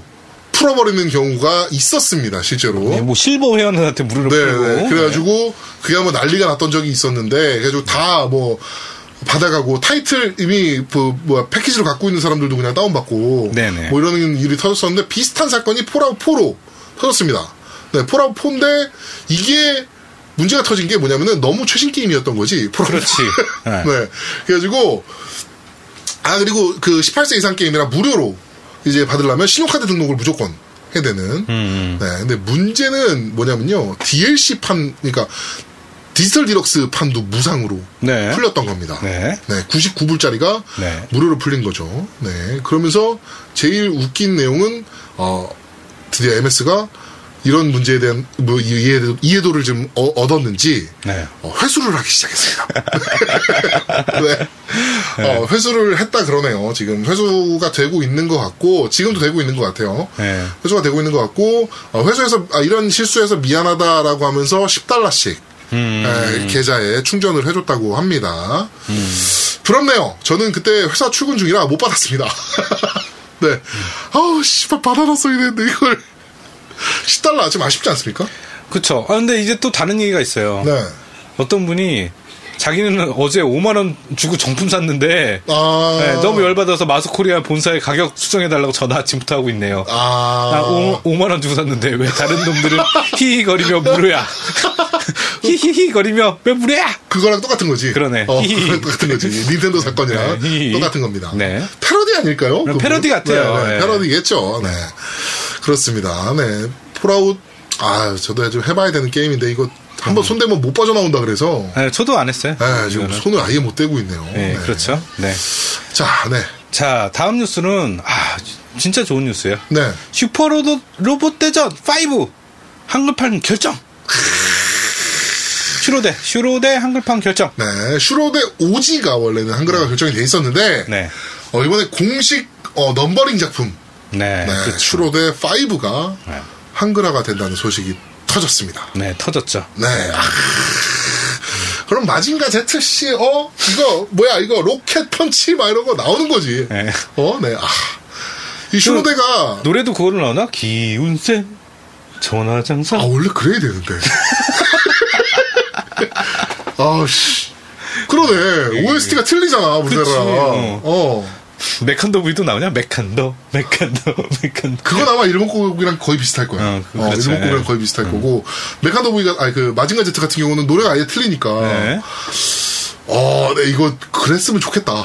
풀어버리는 경우가 있었습니다, 실제로.
네,
네,
뭐 실버 회원한테 무료로 풀고.
네. 그래가지고, 그게 한번 난리가 났던 적이 있었는데, 그래가지고 다 뭐, 받아가고, 타이틀 이미, 그, 뭐야, 패키지로 갖고 있는 사람들도 그냥 다운받고,
네네.
뭐 이런 일이 터졌었는데, 비슷한 사건이 폴아웃4로 터졌습니다. 네, 폴아웃4인데, 이게, 문제가 터진 게 뭐냐면은 너무 최신 게임이었던 거지. 폴아웃
그렇지. 네.
네. 그래가지고 아 그리고 그 18세 이상 게임이라 무료로 이제 받으려면 신용카드 등록을 무조건 해야
음,
되는. 네. 근데 문제는 뭐냐면요 DLC 판 그러니까 디지털 디럭스 판도 무상으로
네.
풀렸던 겁니다.
네.
99불짜리가
네.
무료로 풀린 거죠. 네. 그러면서 제일 웃긴 내용은 어 드디어 MS가 이런 문제에 대한 뭐 이해도, 이해도를 좀 어- 얻었는지
네.
어, 회수를 하기 시작했습니다. 네. 어, 회수를 했다 그러네요. 지금 회수가 되고 있는 것 같고 지금도 되고 있는 것 같아요.
네.
회수가 되고 있는 것 같고 어, 회수해서 아, 이런 실수해서 미안하다라고 하면서 10달러씩
음.
예, 계좌에 충전을 해줬다고
음.
합니다. 부럽네요. 저는 그때 회사 출근 중이라 못 받았습니다. 네. 아우, 씨발, 바나나 써야 되는데, 이걸. 10달러 아침 아쉽지 않습니까?
그쵸. 아, 근데 이제 또 다른 얘기가 있어요.
네.
어떤 분이 자기는 어제 5만원 주고 정품 샀는데,
아.
네, 너무 열받아서 마스코리아 본사에 가격 수정해달라고 전화 아침부터 하고 있네요.
아.
나 5, 만원 주고 샀는데 왜 다른 놈들은 히히거리며 무료야. 히히히거리며 왜 무료야.
그거랑 똑같은 거지.
그러네.
어,
히히.
그거랑 똑같은 거지. 닌텐도 사건이랑
네, 히히.
똑같은 겁니다.
네.
패러디 아닐까요? 그분?
패러디 같아요.
네, 네,
네.
패러디겠죠. 네. 그렇습니다. 네. 폴아웃, 아, 저도 좀 해봐야 되는 게임인데, 이거 한번
음.
손대면 못 빠져나온다 그래서.
네, 저도 안 했어요.
네, 지금
이거는.
손을 아예 못 대고 있네요.
네, 그렇죠. 네.
자, 네.
자, 다음 뉴스는 아, 진짜 좋은 뉴스예요.
네.
슈퍼 로봇, 로봇 대전 5 한글판 결정. 슈로대 슈로대 한글판 결정.
네, 슈로데 오지가 원래는 한글화가 결정이 돼 있었는데
네.
어, 이번에 공식 어, 넘버링 작품 네,
네. 그렇죠.
슈로데 5가
네.
한글화가 된다는 소식이 터졌습니다.
네, 터졌죠.
네. 아, 그럼 마징가 제트 씨, 어 이거 뭐야 이거 로켓 펀치 막 이런 거 나오는 거지.
네.
어, 네. 아, 이 슈로데가
노래도 그거를 넣나? 기운세 전화장사.
아 원래 그래야 되는데. 아씨. 그러네. OST가 틀리잖아,
예, 그치,
우리나라.
어.
어.
메칸더 V도 나오냐? 메칸더, 메칸더, 메칸더.
그건 아마 일본 곡이랑 거의 비슷할 거야.
어,
요
그- 그렇죠.
일본 곡이랑
예.
거의 비슷할 거고 메카노 보이가 아니 그 마징가 제트 같은 경우는 노래가 아예 틀리니까.
네.
어, 네 이거 그랬으면 좋겠다.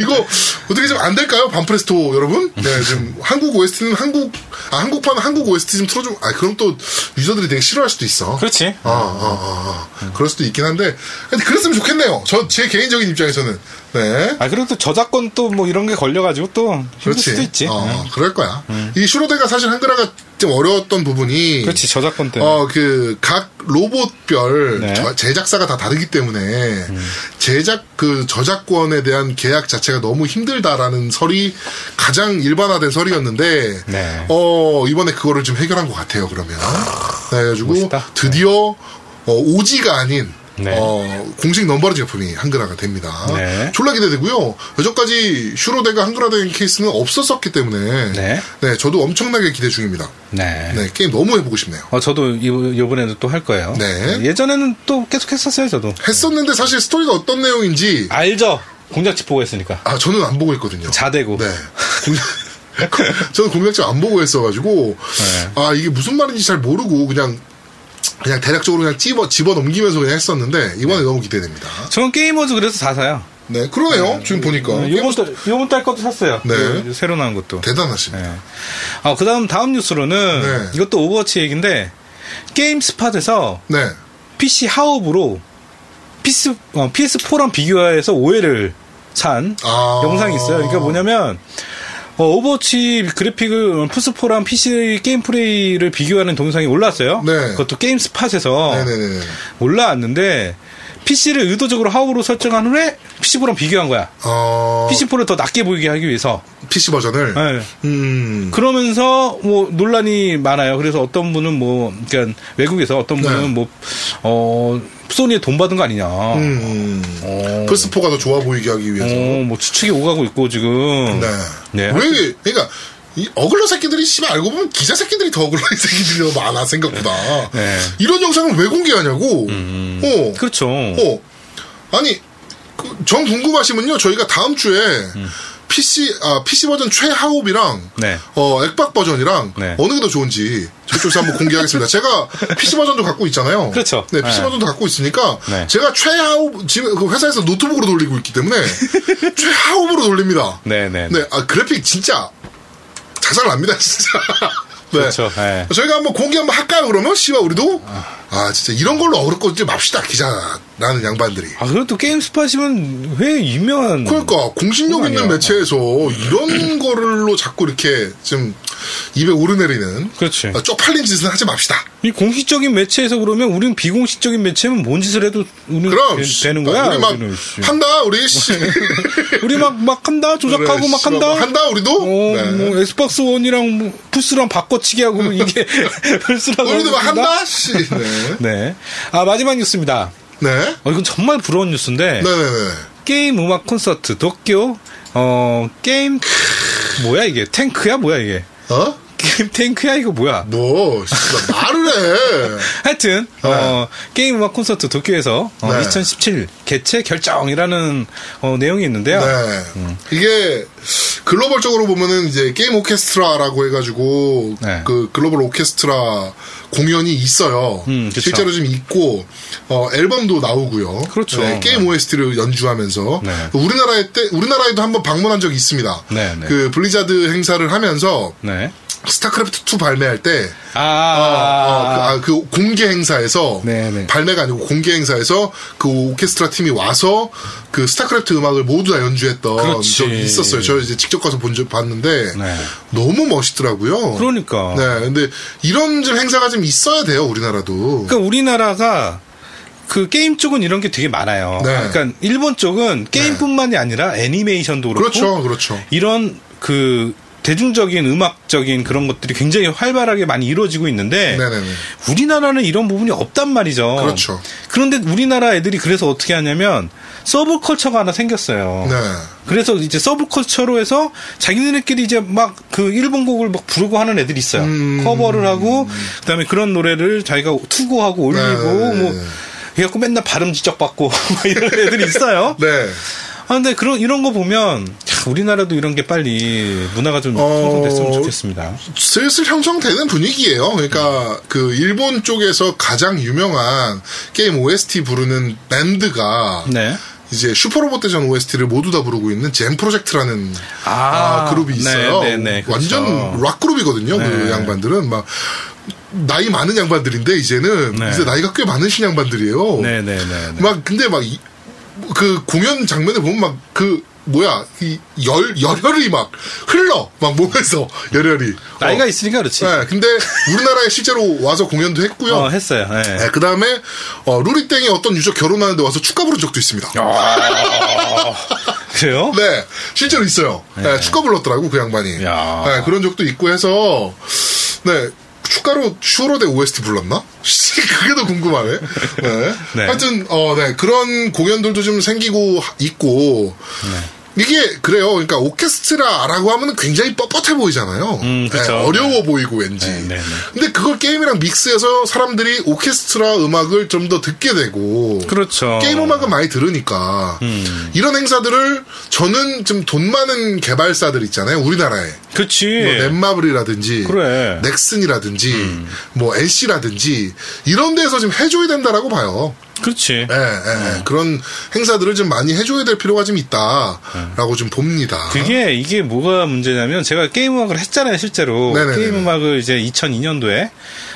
이거 어떻게 좀 안 될까요, 반프레스토 여러분? 네, 지금 한국 OST는 한국 아 한국판 한국 OST 좀 틀어주면 아 그럼 또 유저들이 되게 싫어할 수도 있어.
그렇지.
아, 아, 아, 아. 그럴 수도 있긴 한데, 근데 그랬으면 좋겠네요. 저 제 개인적인 입장에서는 네.
아, 그리고 또 저작권 또 뭐 이런 게 걸려가지고 또 힘들
그렇지.
수도 있지. 네.
어,
응.
그럴 거야. 이 슈로데가 사실 한글화가 좀 어려웠던 부분이.
그렇지, 저작권 때문에.
어, 그, 각 로봇별
네. 음.
저- 제작사가 다 다르기 때문에 제작, 그 저작권에 대한 계약 자체가 너무 힘들다라는 설이 가장 일반화된 설이었는데,
네.
어, 이번에 그거를 좀 해결한 것 같아요, 그러면. 네, 그래가지고
멋있다.
드디어 어, 오지가 아닌
네.
어, 공식 넘버링 제품이 한글화가 됩니다.
네.
졸라 기대되고요. 여전까지 슈로데가 한글화된 케이스는 없었었기 때문에
네.
저도 엄청나게 기대 중입니다.
네.
네, 게임 너무 해보고 싶네요.
어, 저도 이- 요번에도 또 할 거예요.
네.
예전에는 또 계속 했었어요, 저도.
했었는데 사실 스토리가 어떤 내용인지
알죠? 공작집 보고 했으니까.
아 저는 안 보고 했거든요.
자대고.
네. 저는 공략집 안 보고 했어가지고
네.
아 이게 무슨 말인지 잘 모르고 그냥 그냥 대략적으로 그냥 집어 집어 넘기면서 그냥 했었는데
네.
이번에 너무 기대됩니다.
저는 게이머즈 그래서 다 사요.
네, 그러네요. 지금 보니까
요번 달, 요번 달 것도 샀어요.
어, 네.
그 새로 나온 것도.
대단하십니다.
네. 아, 그 다음, 다음 뉴스로는
네.
이것도 오버워치 얘기인데 게임 스팟에서
네.
PC 하업으로 PS, 어, PS4랑 비교해서 오해를 산
아.
영상이 있어요. 그러니까 뭐냐면, 어, 오버워치 그래픽을 플스4랑 PC 게임 플레이를 비교하는 동영상이 올라왔어요.
네.
그것도 게임 스팟에서
네네네.
올라왔는데, PC를 의도적으로 하업으로 설정한 후에 PC4랑 비교한 거야.
어, PC,
PC4를 더 낮게 보이게 하기 위해서.
버전을.
네.
음.
그러면서 뭐 논란이 많아요. 그래서 어떤 분은 뭐 그러니까 외국에서 어떤
네.
분은 뭐, 뭐어 소니에 돈 받은 거 아니냐.
음. 플스4가 더 좋아 보이게 하기 위해서.
어, 뭐 추측이 오가고 있고 지금.
네.
네.
왜, 그러니까, 이 어글러 새끼들이, 씨발, 알고 보면 기자 새끼들이 더 어글러 새끼들이 더 많아, 생각보다.
네.
이런 영상을 왜 공개하냐고. 어.
그렇죠.
어. 아니, 그, 전 궁금하시면요, 저희가 다음 주에, PC, 아, PC 버전 최하옵이랑,
네.
어, 액박 버전이랑,
네.
어느 게 더 좋은지, 저쪽에서 한번 공개하겠습니다. 제가 PC 버전도 갖고 있잖아요.
그렇죠.
네, PC
네.
버전도 갖고 있으니까,
네.
제가 최하옵, 지금 그 회사에서 노트북으로 돌리고 있기 때문에, 최하옵으로 돌립니다.
네, 네, 네.
네, 아, 그래픽 진짜, 자살납니다, 진짜. 네.
그렇죠. 네.
저희가 한번 공개 한번 할까요, 그러면? 씨발, 우리도? 아, 진짜 이런 걸로 어렵거든요. 맙시다, 기자라는 양반들이.
아 그래도 또 게임 스팟이면 왜 유명한
그러니까, 공신력
그건
있는
음, 아니야.
매체에서
음.
이런 걸로 자꾸 이렇게 좀 입에 오르내리는.
그렇지.
아, 쪽팔린 짓은 하지 맙시다.
이 공식적인 매체에서 그러면 우린 비공식적인 매체면 뭔 짓을 해도 우리는
그럼,
되,
씨, 아,
되는 거야.
우리 막,
우리는, 씨.
한다, 우리, 씨.
우리 막, 막 한다 조작하고
그래,
막
씨발,
한다
뭐 한다, 우리도?
어,
네.
뭐 엑스박스 원이랑 뭐 푸스랑 바꿔치기 하고 뭐 이게 플스랑
우리도 막 한다, 씨. 네.
네. 아 마지막 뉴스입니다.
네.
어 이건 정말 부러운 뉴스인데
네네네.
게임 음악 콘서트 도쿄 어 게임 뭐야 이게 탱크야 뭐야 이게
어?
게임 탱크야 이거 뭐야
뭐, 씨발, 말을 해.
하여튼 어, 게임 음악 콘서트 도쿄에서 어,
네.
2017 개최 결정이라는 어, 내용이 있는데요
네. 이게 글로벌적으로 보면은 이제 게임 오케스트라라고 해가지고
네.
그 글로벌 오케스트라 공연이 있어요.
음, 그쵸.
실제로 좀 있고 어, 앨범도 나오고요.
그렇죠.
네, 게임 OST를 연주하면서
네.
우리나라에 때 우리나라에도 한번 방문한 적이 있습니다.
네, 네.
그 블리자드 행사를 하면서
네.
스타크래프트 2 발매할 때
아,
어, 어, 그, 아, 그 공개 행사에서
네, 네.
발매가 아니고 공개 행사에서 그 오케스트라 팀이 와서 그 스타크래프트 음악을 모두 다 연주했던
그렇지.
적이 있었어요. 저 이제 직접 가서 본 적 봤는데
네.
너무 멋있더라고요.
그러니까.
네, 근데 이런 좀 행사가 좀 있어야 돼요, 우리나라도.
그러니까 우리나라가 그 게임 쪽은 이런 게 되게 많아요.
네.
그러니까 일본 쪽은 게임뿐만이 아니라 애니메이션도 그렇고
그렇죠, 그렇죠.
이런 그 대중적인 음악적인 그런 것들이 굉장히 활발하게 많이 이루어지고 있는데
네네네.
우리나라는 이런 부분이 없단 말이죠.
그렇죠.
그런데 우리나라 애들이 그래서 어떻게 하냐면 서브컬처가 하나 생겼어요.
네,
그래서 이제 서브컬처로 해서 자기네끼리 이제 막 그 일본 곡을 막 부르고 하는 애들이 있어요.
음.
커버를 하고 그다음에 그런 노래를 자기가 투고하고 올리고
네.
뭐 해갖고 맨날 발음 지적받고 막 이런 애들이 있어요.
네.
아 근데 그런 이런 거 보면 야, 우리나라도 이런 게 빨리 문화가 좀
어,
형성됐으면 좋겠습니다.
슬슬 형성되는 분위기예요. 그러니까 그 일본 쪽에서 가장 유명한 게임 OST 부르는 밴드가
네.
이제 슈퍼로봇 대전 OST를 모두 다 부르고 있는 젠 프로젝트라는
아,
아, 그룹이
네,
있어요.
네, 네, 그렇죠. 네.
완전 락 그룹이거든요. 그 양반들은 막 나이 많은 양반들인데 이제는
네.
이제 나이가 꽤 많으신 양반들이에요.
네네네. 네, 네.
막 근데 막 그 공연 장면을 보면 막 그 뭐야 이 열 열혈이 막 흘러 막 몸에서 열혈이
나이가
어.
있으니까 그렇지.
네, 근데 우리나라에 실제로 와서 공연도 했고요.
어 했어요. 네.
네, 그 다음에 루리땡이 어떤 유저 결혼하는데 와서 축가 부른 적도 있습니다.
그래요?
네, 실제로 있어요. 네, 축가 불렀더라고 그 양반이.
야.
네, 그런 적도 있고 해서 네. 축가로 슈로데 OST 불렀나? 그게 더 궁금하네. 네.
네.
하여튼 어, 네 그런 공연들도 좀 생기고 있고
네.
이게 그래요. 그러니까 오케스트라라고 하면 굉장히 뻣뻣해 보이잖아요. 네,
음, 그쵸.
어려워 보이고 왠지.
네, 네, 네.
근데 그걸 게임이랑 믹스해서 사람들이 오케스트라 음악을 좀 더 듣게 되고
그렇죠.
게임 음악은 많이 들으니까
음.
이런 행사들을 저는 좀 돈 많은 개발사들 있잖아요 우리나라에
그렇지.
뭐 넷마블이라든지
예. 그래. 음.
넥슨이라든지 뭐 NC라든지 이런 데서 좀 해줘야 된다라고 봐요.
그렇지.
예, 예,
음.
예. 그런 행사들을 좀 많이 해줘야 될 필요가 좀 있다라고
음.
좀 봅니다.
그게 이게 뭐가 문제냐면 제가 게임 음악을 했잖아요 실제로
네네네네.
게임 음악을 이제 2002년도에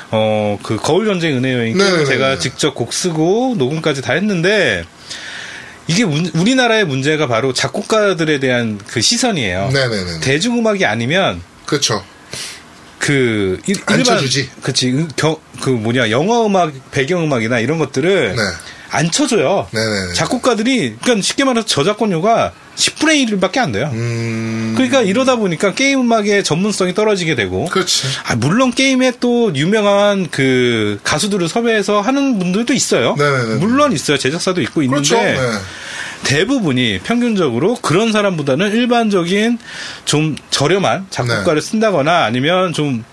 어 그 거울 전쟁 은혜 여행 게임을
네네네네.
제가 직접 곡 쓰고 녹음까지 다 했는데 이게 문- 우리나라의 문제가 바로 작곡가들에 대한 그 시선이에요.
네네네.
대중 음악이 아니면
그렇죠.
그 일,
안
일반
쳐주지.
그치 음, 겨- 그 뭐냐 영화 음악 배경 음악이나 이런 것들을
네.
안 쳐줘요.
네네네.
작곡가들이 그러니까 쉽게 말해서 저작권료가 10분의 1밖에 안 돼요.
음,
그러니까 이러다 보니까 게임 음악의 전문성이 떨어지게 되고.
그렇지.
아, 물론 게임에 또 유명한 그 가수들을 섭외해서 하는 분들도 있어요.
네네네.
물론 있어요. 제작사도 있고 있는데
그렇죠. 네.
대부분이 평균적으로 그런 사람보다는 일반적인 좀 저렴한
네.
작곡가를 쓴다거나 아니면 좀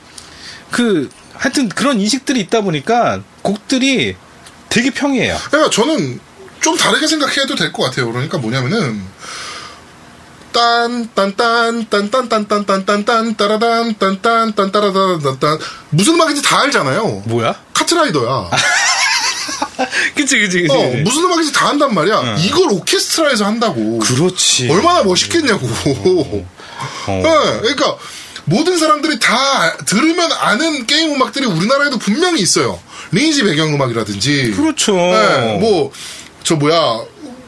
그 하여튼 그런 인식들이 있다 보니까 곡들이 되게 평이에요.
그러니까 저는 좀 다르게 생각해도 될 것 같아요. 그러니까 뭐냐면은 딴딴딴딴딴딴딴딴딴딴 따라단 딴딴딴 따라단딴딴 무슨 음악인지 다 알잖아요.
뭐야? 아,
카트라이더야.
그치 그치 그치.
어,
그치.
무슨 음악인지 다 안단 말이야. 이걸 오케스트라에서 한다고.
그렇지.
얼마나 멋있겠냐고.
어.
예, 그러니까 모든 사람들이 다 들으면 아는 게임 음악들이 우리나라에도 분명히 있어요. 리니지 배경 음악이라든지.
그렇죠.
뭐 저 뭐야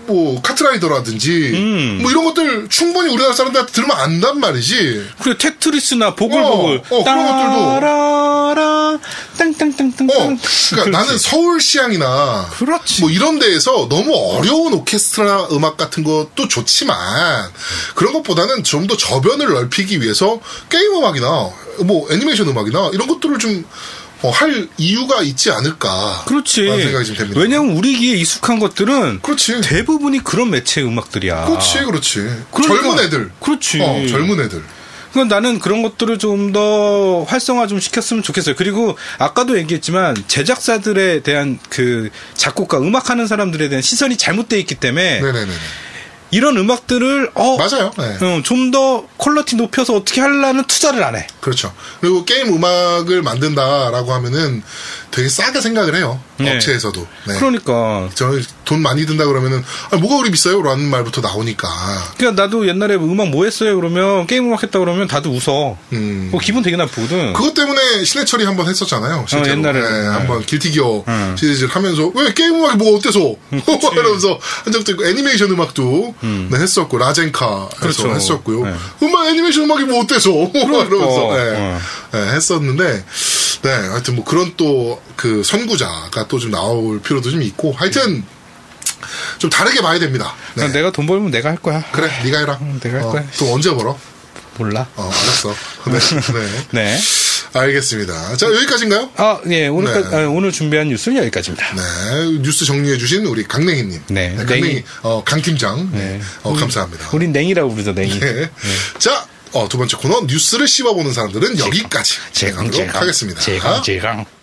뭐 카트라이더라든지
음.
뭐 이런 것들 충분히 우리나라 사람들한테 들으면 안단 말이지.
그리고 테트리스나 보글보글
어, 어, 그런 것들도.
따라라 땅땅땅땅땅
어, 그러니까 나는 서울시향이나
음, 그렇지.
뭐 이런 데에서 너무 어려운 오케스트라 음악 같은 것도 좋지만 그런 것보다는 좀 더 저변을 넓히기 위해서 게임 음악이나 뭐 애니메이션 음악이나 이런 것들을 좀 어, 할 이유가 있지 않을까.
그렇지.
라는 생각이 좀 됩니다.
왜냐면 우리 귀에 익숙한 것들은
그렇지.
대부분이 그런 매체의 음악들이야.
그렇지, 그렇지.
아. 그러니까-
젊은 애들.
그렇지.
어, 젊은 애들.
그건 그러니까 나는 그런 것들을 좀 더 활성화 좀 시켰으면 좋겠어요. 그리고 아까도 얘기했지만 제작사들에 대한 그 작곡가 음악하는 사람들에 대한 시선이 잘못돼 있기 때문에
네네네.
이런 음악들을 어
맞아요. 네.
좀 더 퀄러티 높여서 어떻게 하려는 투자를 안 해.
그렇죠. 그리고 게임 음악을 만든다라고 하면은 되게 싸게 생각을 해요.
네.
업체에서도. 네.
그러니까
저 돈 많이 든다 그러면은 아, 뭐가 그리 비싸요? 라는 말부터 나오니까.
그러니까 나도 옛날에 뭐 음악 뭐 했어요? 그러면 게임 음악 했다 그러면 다들 웃어.
음.
그거 기분 되게 나쁘거든.
그것 때문에 신해 처리 한번 했었잖아요. 실제로.
옛날에.
네,
네.
한번 길티기어
음.
시리즈를 하면서 왜 게임 음악이 뭐가 어때서? 이러면서 한 적도 있고 애니메이션 음악도 네, 했었고 라젠카에서
그렇죠.
했었고요.
네.
음악 애니메이션 음악이 뭐 어때서? 이러면서 네,
어.
네, 했었는데 네 하여튼 뭐 그런 또 그 선구자가 또 좀 나올 필요도 좀 있고 하여튼 좀 다르게 봐야 됩니다. 네.
그냥 내가 돈 벌면 내가 할 거야.
그래, 네가 해라.
음, 내가 할
어,
거야.
돈 언제 벌어?
몰라.
어, 알았어. 네, 네.
네.
알겠습니다. 자, 여기까지인가요?
아, 예. 오늘
네.
오늘 준비한 뉴스는 여기까지입니다.
네, 뉴스 정리해주신 우리 강냉이님.
네, 음.
강냉이,
냉이.
어, 강팀장. 네. 어, 감사합니다.
우린 냉이라고 부르죠, 냉이.
네. 자, 어, 두 번째 코너, 뉴스를 씹어보는 사람들은 여기까지.
제강
진행하도록
제강
하겠습니다. 아?
제강 제강.